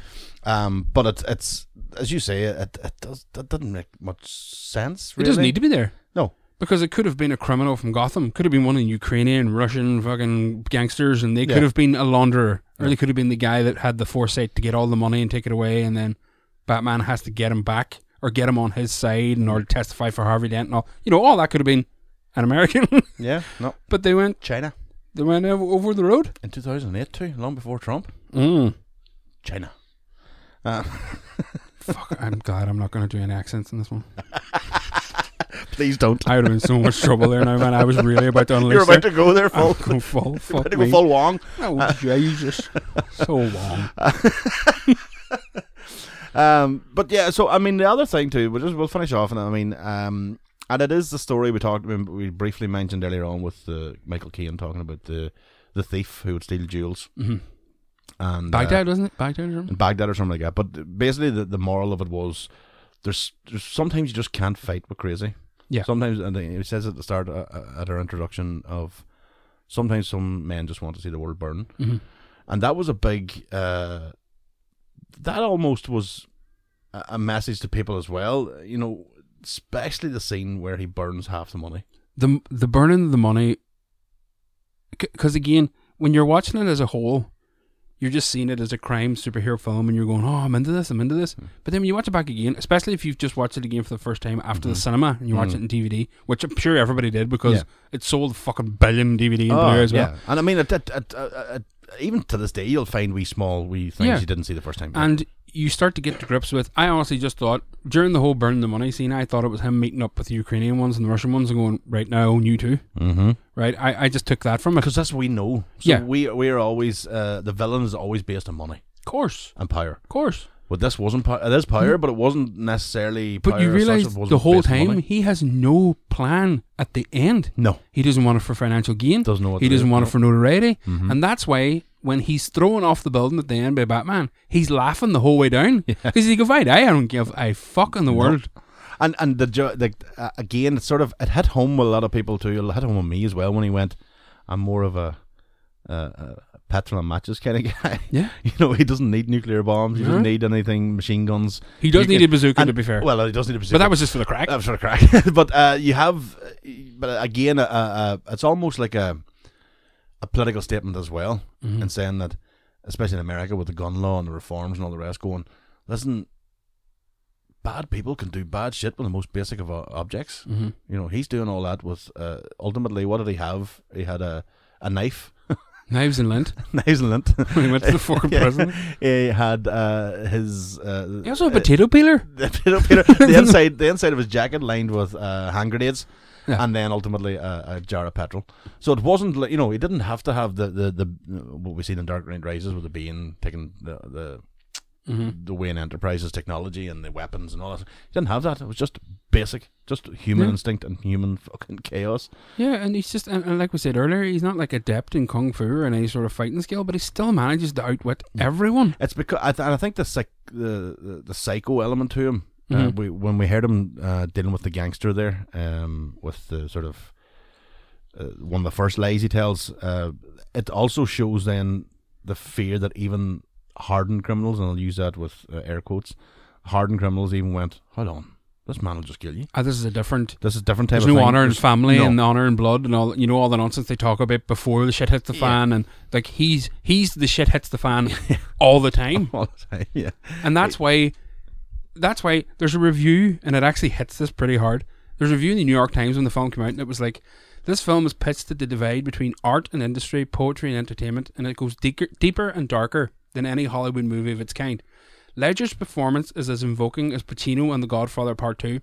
C: um, but it's it's as you say. It, it does that doesn't make much sense. Really.
I: It doesn't need to be there.
C: No.
I: Because it could have been a criminal from Gotham. Could have been one of the Ukrainian, Russian fucking gangsters, and they could
C: Yeah.
I: have been a launderer. Or they could have been the guy that had the foresight to get all the money and take it away, and then Batman has to get him back or get him on his side in order to testify for Harvey Dent and all. You know, all that could have been an American. [laughs]
C: Yeah. No.
I: but they went
C: China
I: they went over over the road.
C: in two thousand eight too, long before Trump.
I: Mm.
C: China.
I: Fuck, I'm glad I'm not going to do any accents in this one.
C: Please don't.
I: I would have been in so much trouble there now, man. I was really about to
C: [laughs]
I: unleash
C: You're about
I: there. [laughs]
C: to go there,
I: I'm
C: full. [laughs]
I: going full.
C: You're
I: Fuck
C: about to
I: me.
C: go full Wong.
I: Oh,
C: [laughs]
I: Jesus. so long.
C: Um, but yeah, so I mean, the other thing too, we'll just we'll finish off, and I mean, um, and it is the story we talked, we- we briefly mentioned earlier on with uh, Michael Keane talking about the the thief who would steal jewels, mm-hmm. and uh,
I: Baghdad, wasn't it? Baghdad or something?
C: in Baghdad or something like that. But basically, the, the moral of it was there's, there's sometimes you just can't fight with crazy.
I: Yeah.
C: Sometimes, and he says at the start uh, uh, at our introduction of sometimes some men just want to see the world burn,
I: Mm-hmm.
C: and that was a big. Uh, that almost was a, a message to people as well. You know, especially the scene where he burns half the money.
I: The the burning of the money. Because again, when you're watching it as a whole, you're just seeing it as a crime superhero film, and you're going, "Oh, I'm into this. I'm into
C: Hmm.
I: this." But then when you watch it back again, especially if you've just watched it again for the first time after the cinema, and you watch it in DVD, which I'm sure everybody did because
C: Hmm. Yeah. Oh,
I: it sold a fucking billion DVD and Blu-ray as well.
C: yeah. And I mean, it, it, it, uh, uh, uh, even to this day, you'll find wee small wee things
I: Yeah.
C: you didn't see the first time.
I: And you start to get to grips with. I honestly just thought during the whole burn the money scene, I thought it was him meeting up with the Ukrainian ones and the Russian ones and going, right now, I own you two. Mm-hmm. Right? I, I just took that from it.
C: because that's what we know. So
I: Yeah.
C: we we are always uh, the villain is always based on money
I: Of course.
C: and power.
I: Of course.
C: Well, this wasn't power. It is power, but it wasn't necessarily.
I: Hmm. But
C: power
I: you
C: as such,
I: realize
C: it wasn't
I: the whole
C: based on
I: time
C: money.
I: he has no plan at the end.
C: No.
I: He doesn't want it for financial gain.
C: Doesn't know what
I: he
C: to
I: doesn't
C: do, Mm-hmm.
I: want
C: no.
I: it for notoriety. And that's why when he's thrown off the building at the end by Batman, he's laughing the whole way down. Because he goes, "Right, I don't give a fuck in the world.
C: And and the, jo- the uh, again, it sort of it hit home with a lot of people too. It hit home with me as well when he went. I'm more of a. Uh, a petrol and matches kind of [laughs] guy.
I: Yeah.
C: you know he doesn't need nuclear bombs. He doesn't
I: No.
C: need anything, machine guns.
I: He does
C: You
I: need a bazooka, to be fair.
C: Well, Uh, he does need a bazooka.
I: But that was just for the crack.
C: That was for the crack. [laughs] but uh, you have, but again, uh, uh, it's almost like a a political statement as well,
I: Hmm. Mm-hmm.
C: in saying that, especially in America with the gun law and the reforms and all the rest, going, listen, bad people can do bad shit with the most basic of uh, objects.
I: Mm-hmm.
C: You know, he's doing all that with uh, ultimately, what did he have? He had a a knife, [laughs]
I: Knives and lint. [laughs]
C: knives and lint.
I: when he went to
C: [laughs]
I: the fucking prison.
C: he had uh, his. Uh,
I: He also had a potato peeler.
C: Peter, Peter,
I: [laughs]
C: the inside the inside of his jacket lined with uh, hand grenades,
I: Yeah.
C: and then ultimately a, a jar of petrol. So it wasn't like you know he didn't have to have the the, the what we seen in Dark Knight Rises with the Bane taking the the
I: Hmm. Mm-hmm.
C: the Wayne Enterprises technology and the weapons and all that. He didn't have that. It was just basic, just human
I: Yeah.
C: instinct and human [laughs] fucking chaos.
I: Yeah, and he's just, and, and like we said earlier, he's not like adept in kung fu or any sort of fighting skill, but he still manages to outwit
C: Mm.
I: everyone.
C: It's because I, th- and I think the psych- the the- the psycho element to him.
I: Mm-hmm.
C: Uh, we when we heard him uh, dealing with the gangster there, um, with the sort of uh, one of the first lies he tells, uh, it also shows then the fear that even hardened criminals, and I'll use that with uh, air quotes, hardened criminals even went, hold on, this man will just kill you.
I: Ah, this is a different.
C: This is a different type
I: There's
C: of
I: no
C: thing.
I: honor in
C: There's-
I: family
C: no.
I: and honor in blood and all. You know all the nonsense they talk about before the shit hits the fan, and like he's he's the shit hits
C: [laughs]
I: the fan all the time,
C: All the time,
I: [laughs]
C: yeah.
I: and that's why that's why there's a review, and it actually hits this pretty hard. There's a review in the New York Times when the film came out, and it was like, this film is pitched at the divide between art and industry, poetry and entertainment, and it goes deeper, deeper and darker than any Hollywood movie of its kind. Ledger's performance is as invoking as Pacino and The Godfather Part 2.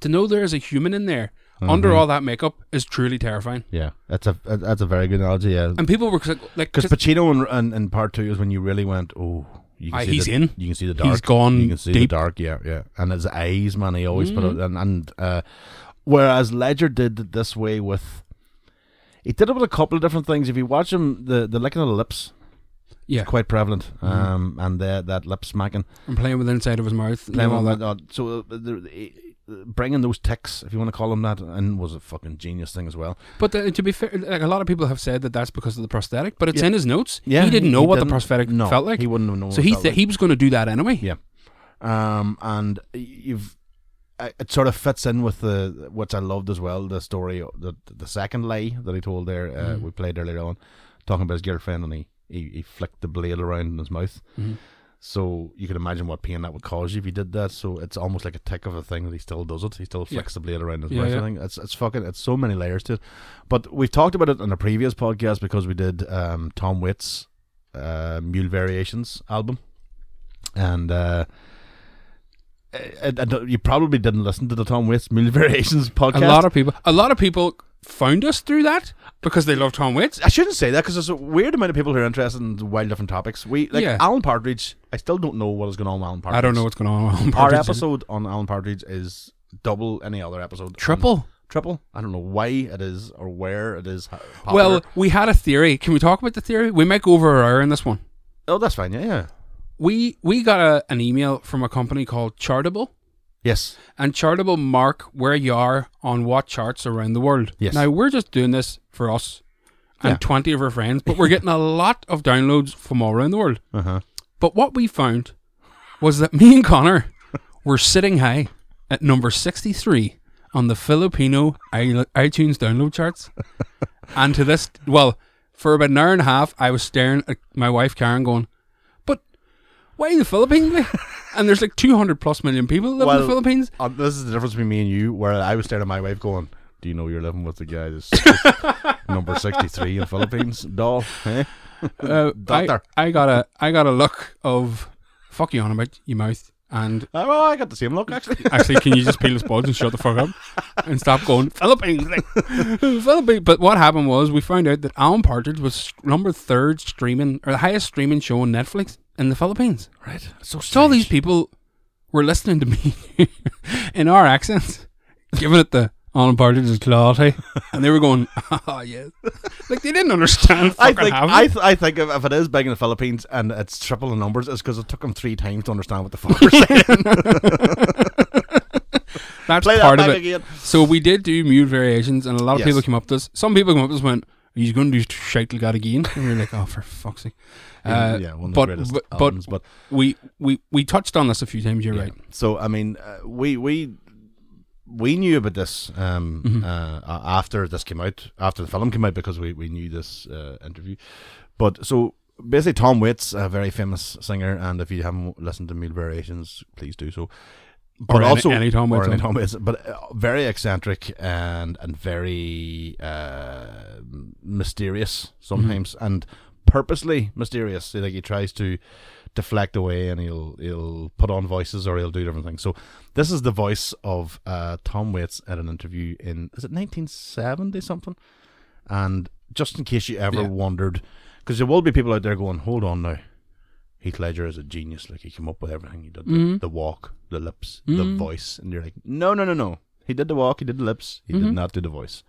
I: To know there is a human in there under
C: Mm-hmm.
I: all that makeup is truly terrifying.
C: Yeah, that's a that's a very good analogy. Yeah,
I: And people were like,
C: because
I: because
C: Pacino in, in, in part two is when you really went, oh, you
I: Aye,
C: see
I: he's
C: the,
I: in.
C: You can see the
I: He's
C: dark.
I: gone
C: You can see
I: deep. Mm-hmm.
C: the dark. Yeah, yeah. And his eyes, man, he always put it. And, and uh, whereas Ledger did it this way with, he did it with a couple of different things. If you watch him, the the licking of the lips,
I: yeah,
C: quite prevalent.
I: Mm-hmm.
C: Um, and the, that lip smacking,
I: and playing with the inside of his mouth, and
C: playing
I: all
C: on
I: that.
C: that. uh, so uh, the, the- bringing those ticks, if you want to call them that, and was a fucking genius thing as well.
I: But uh, to be fair, like a lot of people have said that that's because of the prosthetic, but it's
C: Yeah.
I: in his notes.
C: Yeah,
I: he didn't
C: he
I: know what
C: didn't.
I: the prosthetic
C: No,
I: felt like.
C: he wouldn't have known
I: So
C: what it
I: he
C: felt
I: th-
C: like.
I: he was going to do that anyway.
C: Yeah. Um, and you've uh, it sort of fits in with the which I loved as well the story the the second lie that he told there uh,
I: Mm-hmm.
C: we played earlier on talking about his girlfriend and he he, he flicked the blade around in his mouth.
I: Mm-hmm.
C: So you can imagine what pain that would cause you if you did that. So it's almost like a tick of a thing that he still does it. He still flicks the blade around his
I: Yeah,
C: mouth.
I: yeah.
C: I think it's it's fucking it's so many layers to it. But we've talked about it in a previous podcast because we did um, Tom Waits' uh, Mule Variations album, and uh, I, I don't- you probably didn't listen to the Tom Waits Mule [laughs] Variations podcast.
I: A lot of people, a lot of people found us through that because they love Tom Waits.
C: I shouldn't say that because there's a weird amount of people who are interested in wild different topics. We like
I: Yeah.
C: Alan Partridge. I still don't know what is going on with Alan Partridge.
I: I don't know what's going on. on
C: Our
I: Partridge.
C: episode on Alan Partridge is double any other episode.
I: triple.
C: triple. I don't know why it is or where it is. ho- Popular.
I: Well, we had a theory. Can we talk about the theory? We might go over our hour in this one.
C: oh, that's fine. Yeah, yeah.
I: We we got a, an email from a company called Chartable,
C: Yes.
I: and Chartable mark where you are on what charts around the world.
C: Yes.
I: Now we're just doing this for us and
C: Yeah.
I: twenty of our friends,
C: [laughs]
I: but we're getting a lot of downloads from all around the world.
C: Uh huh.
I: But what we found was that me
C: [laughs]
I: and Connor were sitting high at number 63 on the Filipino i- iTunes
C: [laughs]
I: download charts. And to this, well, for about an hour and a half, I was staring at my wife, Karen, going, But why
C: [laughs]
I: the Philippines? And there's like 200 plus million people that live in the Philippines.
C: uh, this is the difference between me and you, where I was staring at my wife going, Do you know you're living with the guy
I: [laughs]
C: that's number 63 in Philippines? Doll. Eh?
I: Uh, I,
C: Doctor.
I: I, got a, I got a look of, Fuck you on about your mouth. And
C: Oh, well, I got the same look,
I: [laughs]
C: actually.
I: actually, can you just peel his buds and shut the fuck up and stop going Philippines, like, [laughs] Philippines? But what happened was we found out that Alan Partridge was number third streaming or the highest streaming show on Netflix in the Philippines.
C: right. So,
I: So all these people were listening to me [laughs] in our accents, giving it the Alan Partridge's quality, and they were going, [laughs] "Ah, yes," like they didn't understand.
C: I
I: fucking
C: think
I: half of
C: I,
I: it.
C: th- I think if, if it is big in the Philippines and it's triple the numbers, it's because it took them three times to understand what the
I: [laughs]
C: fuck we're saying.
I: That's
C: Play that
I: part of
C: back
I: it.
C: again.
I: So we did do mute variations, and a lot of
C: Yes.
I: people came up to us. Some people came up to us and went, "Are you going to do shite like that again?" And we were like, "Oh, for fuck's sake!" Uh,
C: yeah, one of the
I: but,
C: greatest
I: but,
C: albums,
I: but
C: but-
I: we we we touched on this a few times. You're right.
C: So I mean, uh, we we we knew about this um,
I: Mm-hmm.
C: uh, a- after this came out, after the film came out, because we we knew this uh, interview. But so basically, Tom Waits, a very famous singer, and if you haven't listened to Meal Variations, please do so. But
I: any- any Tom
C: or
I: Waits
C: any
I: song.
C: Tom Waits, but uh, very eccentric and and very uh, mysterious sometimes, and purposely mysterious. So, like he tries to deflect away, and he'll he'll put on voices or he'll do different things. So this is the voice of uh, Tom Waits at an interview in is it 1970 something, and just in case you ever
I: Yeah.
C: wondered, because there will be people out there going, hold on now. Heath Ledger is a genius. Like he came up with everything. He did the, the walk, the lips, the voice, and you're like, no, no, no, no. He did the walk. He did the lips. He did not do the voice.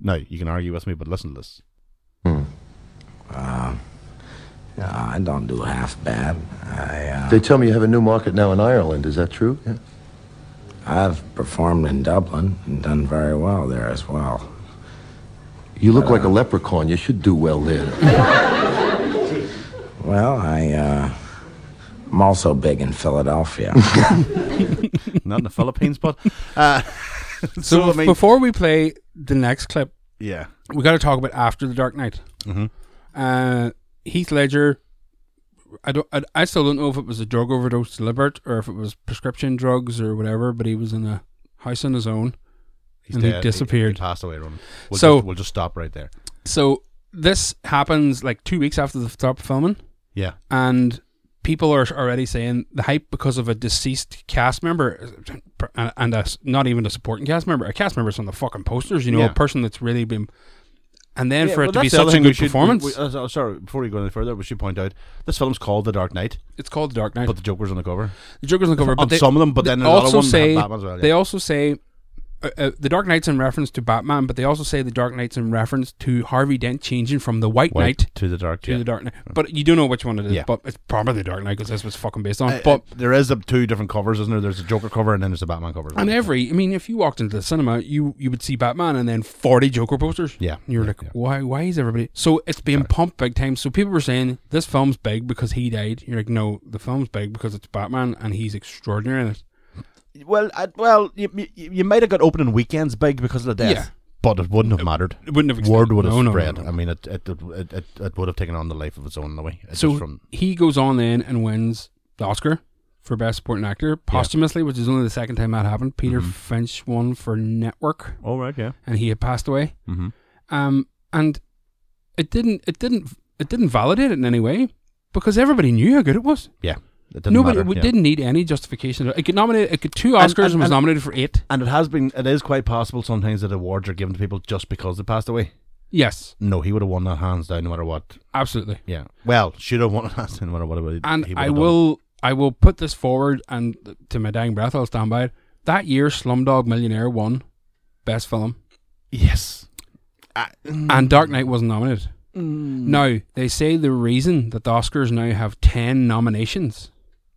C: Now you can argue with me, but listen to this.
E: I don't do half bad. I, uh,
J: They tell me you have a new market now in Ireland. Is that true? Yeah.
E: I've performed in Dublin and done very well there as well.
J: You look like a leprechaun. You should do well there.
E: Well, I, uh, I'm also big in Philadelphia.
C: Not in the Philippines,
I: [laughs]
C: but uh,
I: So,
C: so I mean,
I: before we play the next clip,
C: yeah,
I: we got to talk about after the Dark Knight.
C: Mm-hmm.
I: Uh, Heath Ledger. I don't. I, I still don't know if it was a drug overdose deliberate or if it was prescription drugs or whatever. But he was in a house on his own.
C: he's
I: And he
C: dead.
I: disappeared.
C: He, passed away, Ronan. We'll
I: So-
C: just, we'll just stop right there.
I: So this happens like two weeks after the stop filming.
C: Yeah,
I: and people are already saying the hype because of a deceased cast member and, and a s not even a supporting cast member, a cast member's on the fucking posters, you know,
C: Yeah.
I: a person that's really been. And then
C: Yeah,
I: for it
C: well,
I: to be
C: that's the other
I: such a
C: thing we
I: good
C: should- we-
I: performance,
C: we- uh, sorry, before we go any further, we should point out this film's called The Dark Knight.
I: It's called The Dark Knight.
C: But the Joker's on the cover.
I: the Joker's on the cover. But
C: on
I: they,
C: some of them, but then
I: they
C: another
I: also
C: one
I: say
C: had Batman as well. yeah.
I: they also say uh, uh, the Dark Knight's in reference to Batman, but they also say the Dark Knight's in reference to Harvey Dent changing from the White,
C: White
I: Knight
C: to the Dark-
I: to
C: yeah.
I: the Dark Knight. But you don't know which one it is.
C: Yeah.
I: But it's probably the Dark Knight because this was fucking based on.
C: Uh, uh,
I: but
C: there is a, two different covers, isn't there? There's a Joker cover and then there's a Batman cover.
I: And every, I mean, if you walked into the cinema, you you would see Batman and then forty Joker posters.
C: Yeah,
I: you were like, why why is everybody? So it's being pumped big time. So people were saying this film's big because he died. You're like, no, the film's big because it's Batman and he's extraordinary in it.
C: Well, I, well, you, you, you might have got opening weekends big because of the death,
I: Yeah.
C: but it wouldn't have mattered.
I: it wouldn't have existed.
C: Word would have
I: No, no, no,
C: spread.
I: no,
C: I mean, it it, it it it would have taken on the life of its own in a way. It's
I: so
C: just from
I: he goes on then and wins the Oscar for best supporting actor posthumously, which is only the second time that happened. Peter
C: Mhm.
I: Finch won for Network.
C: All right, yeah.
I: and he had passed away.
C: Mhm.
I: Um, and it didn't, it didn't, it didn't validate it in any way because everybody knew how good it was.
C: yeah, it didn't
I: Nobody,
C: matter,
I: we
C: yeah.
I: didn't need any justification. It could nominate, it could two
C: And-
I: Oscars and, was nominated for eight.
C: And it has been. It is quite possible sometimes that awards are given to people just because they passed away.
I: Yes.
C: No, he would have won that hands down, no matter what.
I: Absolutely.
C: Yeah. Well, should have won it [laughs] hands down, no matter what. it would-
I: And
C: he would
I: I
C: have done.
I: will, I will put this forward and to my dying breath, I'll stand by it. That year, Slumdog Millionaire won best film.
C: Yes.
I: and Dark Knight wasn't nominated.
C: Mm.
I: Now, they say the reason that the Oscars now have 10 nominations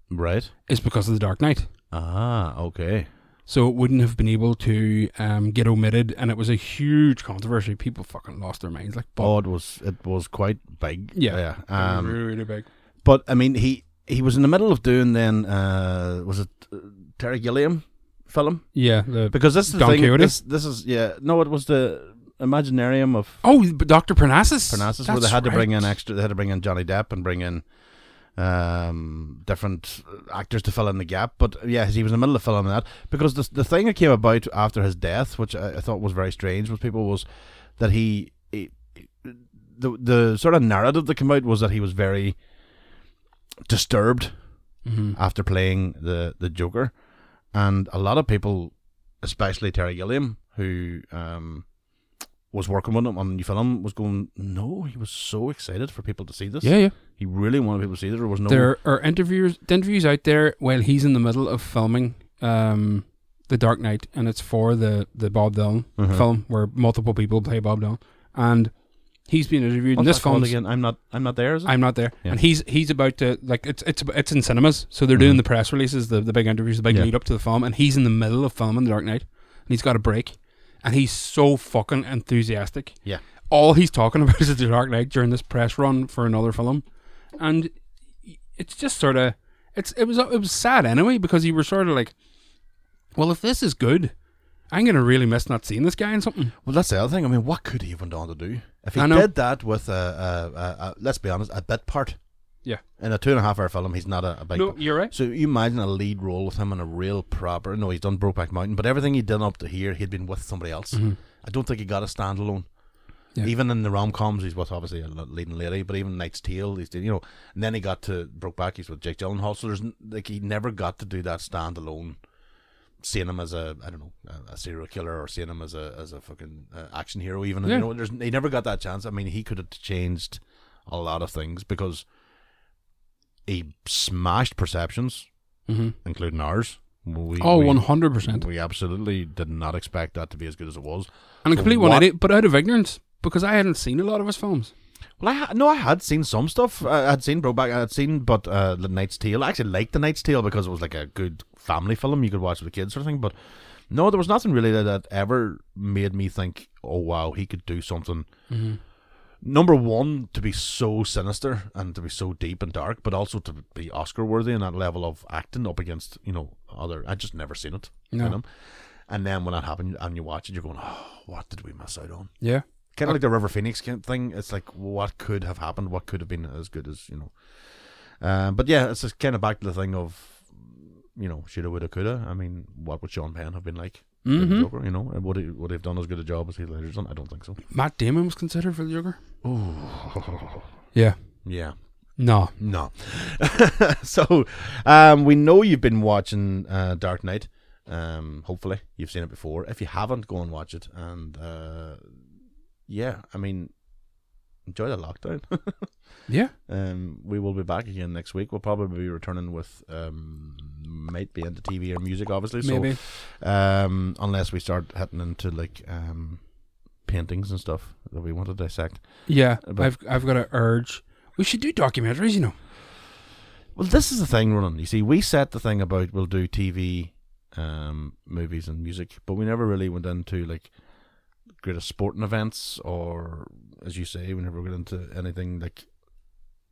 C: Right.
I: is because of The Dark Knight.
C: Ah, okay.
I: So it wouldn't have been able to um, get omitted, and it was a huge controversy. People fucking lost their minds. Like, but
C: Oh, it was it was quite big.
I: Yeah.
C: yeah. Um,
I: Really, really big.
C: But I mean, he he was in the middle of doing then uh, was it uh, Terry Gilliam film?
I: Yeah, the
C: because this is the
I: Don
C: thing.
I: Quixote?
C: This, this is yeah. No, it was the Imaginarium of
I: oh, but Doctor Parnassus.
C: Parnassus, where they
I: That's
C: had to bring
I: right.
C: in extra. They had to bring in Johnny Depp and bring in um different actors to fill in the gap but yeah he was in the middle of filming that because the, the thing that came about after his death which I, I thought was very strange was people was that he, he the the sort of narrative that came out was that he was very disturbed
I: Mm-hmm.
C: after playing the the Joker, and a lot of people, especially Terry Gilliam, who um, was working with him on the new film, was going, "No, he was so excited for people to see this.
I: Yeah, yeah.
C: He really wanted people to see this. There was no
I: There are interviews, interviews out there while he's in the middle of filming um, the Dark Knight, and it's for the the Bob Dylan
C: Mhm.
I: film where multiple people play Bob Dylan, and he's being interviewed.
C: What's
I: and this
C: that called
I: film
C: again. I'm not. I'm not there. Is it?
I: I'm not there.
C: Yeah.
I: And he's he's about to like it's it's it's in cinemas, so they're doing the press releases, the, the big interviews, the big
C: Mm-hmm. Yeah.
I: lead up to the film, and he's in the middle of filming The Dark Knight, and he's got a break, and he's so fucking enthusiastic.
C: Yeah.
I: all he's talking [laughs] about is The Dark Knight during this press run for another film, and it's just sort of it's it was it was sad anyway because you were sort of like, well, if this is good, I'm gonna really miss not seeing this guy in something.
C: Well, that's the other thing. I mean, what could he have went on to do if he
I: I know.
C: did that with a, a, a, a let's be honest, a bit part?
I: Yeah.
C: In a two and a half hour film, he's not a, a big.
I: No, you're right.
C: So you imagine a lead role with him in a real proper. No, he's done Brokeback Mountain, but everything he'd done up to here, he'd been with somebody else.
I: Mhm.
C: I don't think he got a standalone.
I: Yeah.
C: Even in the rom coms, he's with obviously a l- leading lady, but even Knight's Tale, he's doing, you know. And then he got to Brokeback, he's with Jake Gyllenhaal. So there's n- like he never got to do that standalone seeing him as a I don't know a, a serial killer or seeing him as a as a fucking uh, action hero even
I: Yeah.
C: you know there's he never got that chance I mean he could have changed a lot of things because he smashed perceptions
I: Mhm.
C: including ours we,
I: Oh,
C: we-
I: 100%.
C: we absolutely did not expect that to be as good as it was
I: And a
C: So
I: complete
C: what-
I: 180, but out of ignorance because I hadn't seen a lot of his films.
C: Well, I ha- no, I had seen some stuff. I had seen Brokeback. I had seen, but uh, the Knight's Tale. I actually liked the Knight's Tale because it was like a good family film you could watch with the kids, sort of thing. But no, there was nothing really that, that ever made me think, "Oh wow, he could do something."
I: Mhm.
C: Number one, to be so sinister and to be so deep and dark, but also to be Oscar worthy and that level of acting up against you know other. I just never seen it in
I: No.
C: him. And then when that happened and you watch it, you're going, "Oh, what did we miss out on?"
I: Yeah.
C: kind of like the River Phoenix kind of thing. It's like what could have happened, what could have been as good as you know. Um, but yeah, it's just kind of back to the thing of you know shoulda, woulda, coulda. I mean, what would Sean Penn have been like? being
I: Mhm.
C: Joker, you know, And would he would he have done as good a job as Heath Ledger's done? I don't think so.
I: Matt Damon was considered for the Joker.
C: Oh,
I: Yeah.
C: yeah.
I: No.
C: No. [laughs] so, um, we know you've been watching uh, Dark Knight. Um, hopefully, you've seen it before. If you haven't, go and watch it. And uh, yeah, I mean, enjoy the lockdown. [laughs]
I: Yeah.
C: Um, we will be back again next week. We'll probably be returning with um, might be into TV or music, obviously.
I: Maybe.
C: So, um, unless we start hitting into like um, paintings and stuff that we want to dissect.
I: Yeah,
C: But-
I: I've I've got an urge. We should do documentaries, you know.
C: Well, this is the thing, Ronan. You see, we set the thing about we'll do TV, um, movies, and music, but we never really went into like greater sporting events or, as you say, we never got into anything like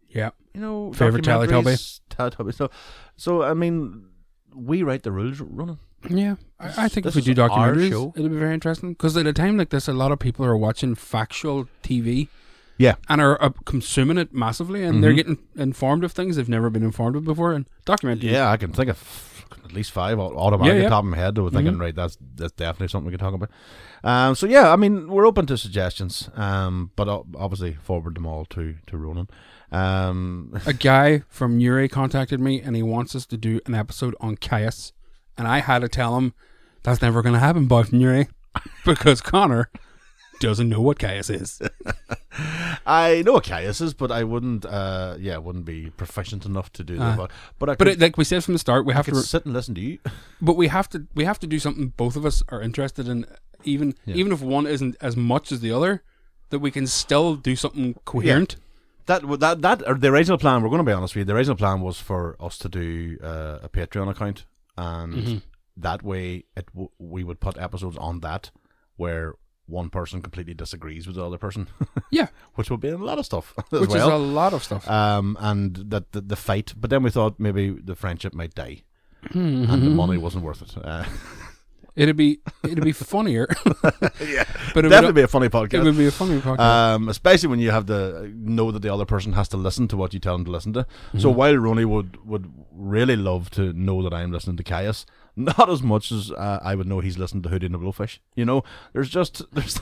I: Yeah.
C: you know
I: Favorite
C: documentaries, [laughs] Teletubby. So, so I mean, we write the rules, Ronan.
I: Yeah, I, I think
C: This
I: if we do
C: is our
I: documentaries,
C: show.
I: it'll be very interesting. Because at a time like this, a lot of people are watching factual TV.
C: Yeah.
I: and are uh, consuming it massively, and they're
C: Mhm.
I: getting informed of things they've never been informed of before. And documentaries,
C: Yeah, I can think of at least five au- automatically
I: Yeah, yeah.
C: top of my head. that were thinking,
I: Mhm.
C: right, that's that's definitely something we can talk about. Um, so yeah, I mean, we're open to suggestions, um, but o- obviously forward them all to to Ronan. Um, [laughs]
I: a guy from Uri contacted me, and he wants us to do an episode on Caius, and I had to tell him that's never going to happen, boy from Uri, [laughs] because Connor doesn't know what Caius is.
C: I know what Caius is, but I wouldn't, uh, yeah, wouldn't be proficient enough to do
I: Uh,
C: that. But, but I could,
I: but it, like we said from the start, we
C: I
I: have
C: could
I: to
C: sit and listen to you.
I: but we have to we have to do something both of us are interested in even
C: Yeah.
I: even if one isn't as much as the other that we can still do something coherent
C: That w- that that or the original plan. We're going to be honest with you. The original plan was for us to do uh, a Patreon account, and
I: Mhm.
C: that way it w- we would put episodes on that where one person completely disagrees with the other person. [laughs]
I: Yeah.
C: which would be in a lot of stuff. [laughs] as
I: which
C: well.
I: is a lot of stuff
C: um, and that the, the fight. But then we thought maybe the friendship might die,
I: Hmm.
C: and the
I: [laughs]
C: money wasn't worth it. Uh, [laughs]
I: it'd be it'd be funnier
C: yeah,
I: But it would-
C: definitely be a funny podcast.
I: it would be a funny podcast
C: Um, especially when you have to know that the other person has to listen to what you tell them to listen to. So
I: Mhm.
C: while Ronnie would would really love to know that I'm listening to Caius, [laughs] not as much as uh, I would know he's listening to Hoodie and the Blowfish. You know, there's just [laughs] there's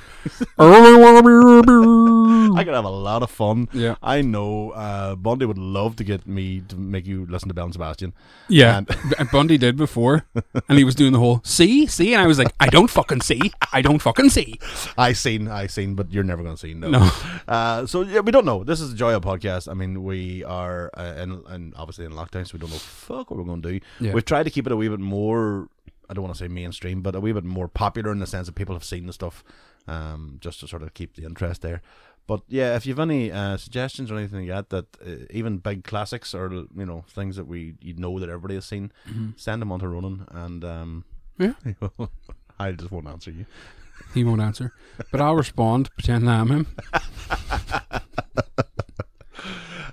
C: I could have a lot of fun.
I: Hmm. Yeah.
C: I know. Uh, Bondi would love to get me to make you listen to Bell and Sebastian.
I: yeah
C: And-
I: B- bundy did before and he was doing the whole see see and i was like i don't fucking see i don't fucking see
C: I seen, I seen, but you're never gonna see. No.
I: No.
C: Uh, so yeah, we don't know. This is a Joya podcast. I mean, we are uh, in, in obviously in lockdown, so we don't know fuck what we're gonna do.
I: Yeah.
C: We've tried to keep it a wee bit more. I don't want to say mainstream, but a wee bit more popular in the sense that people have seen the stuff, um, just to sort of keep the interest there. But yeah, if you've any uh, suggestions or anything like that, that uh, even big classics or you know things that we you know that everybody has seen, send them on to Ronan, and um,
I: Mm-hmm. Yeah.
C: [laughs] I just won't answer you.
I: he won't answer but i'll respond pretend i'm him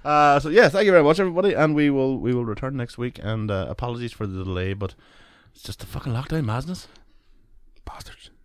C: Uh, so yeah, thank you very much, everybody, and we will we will return next week. And uh, apologies for the delay, but it's just the fucking lockdown madness.
I: bastards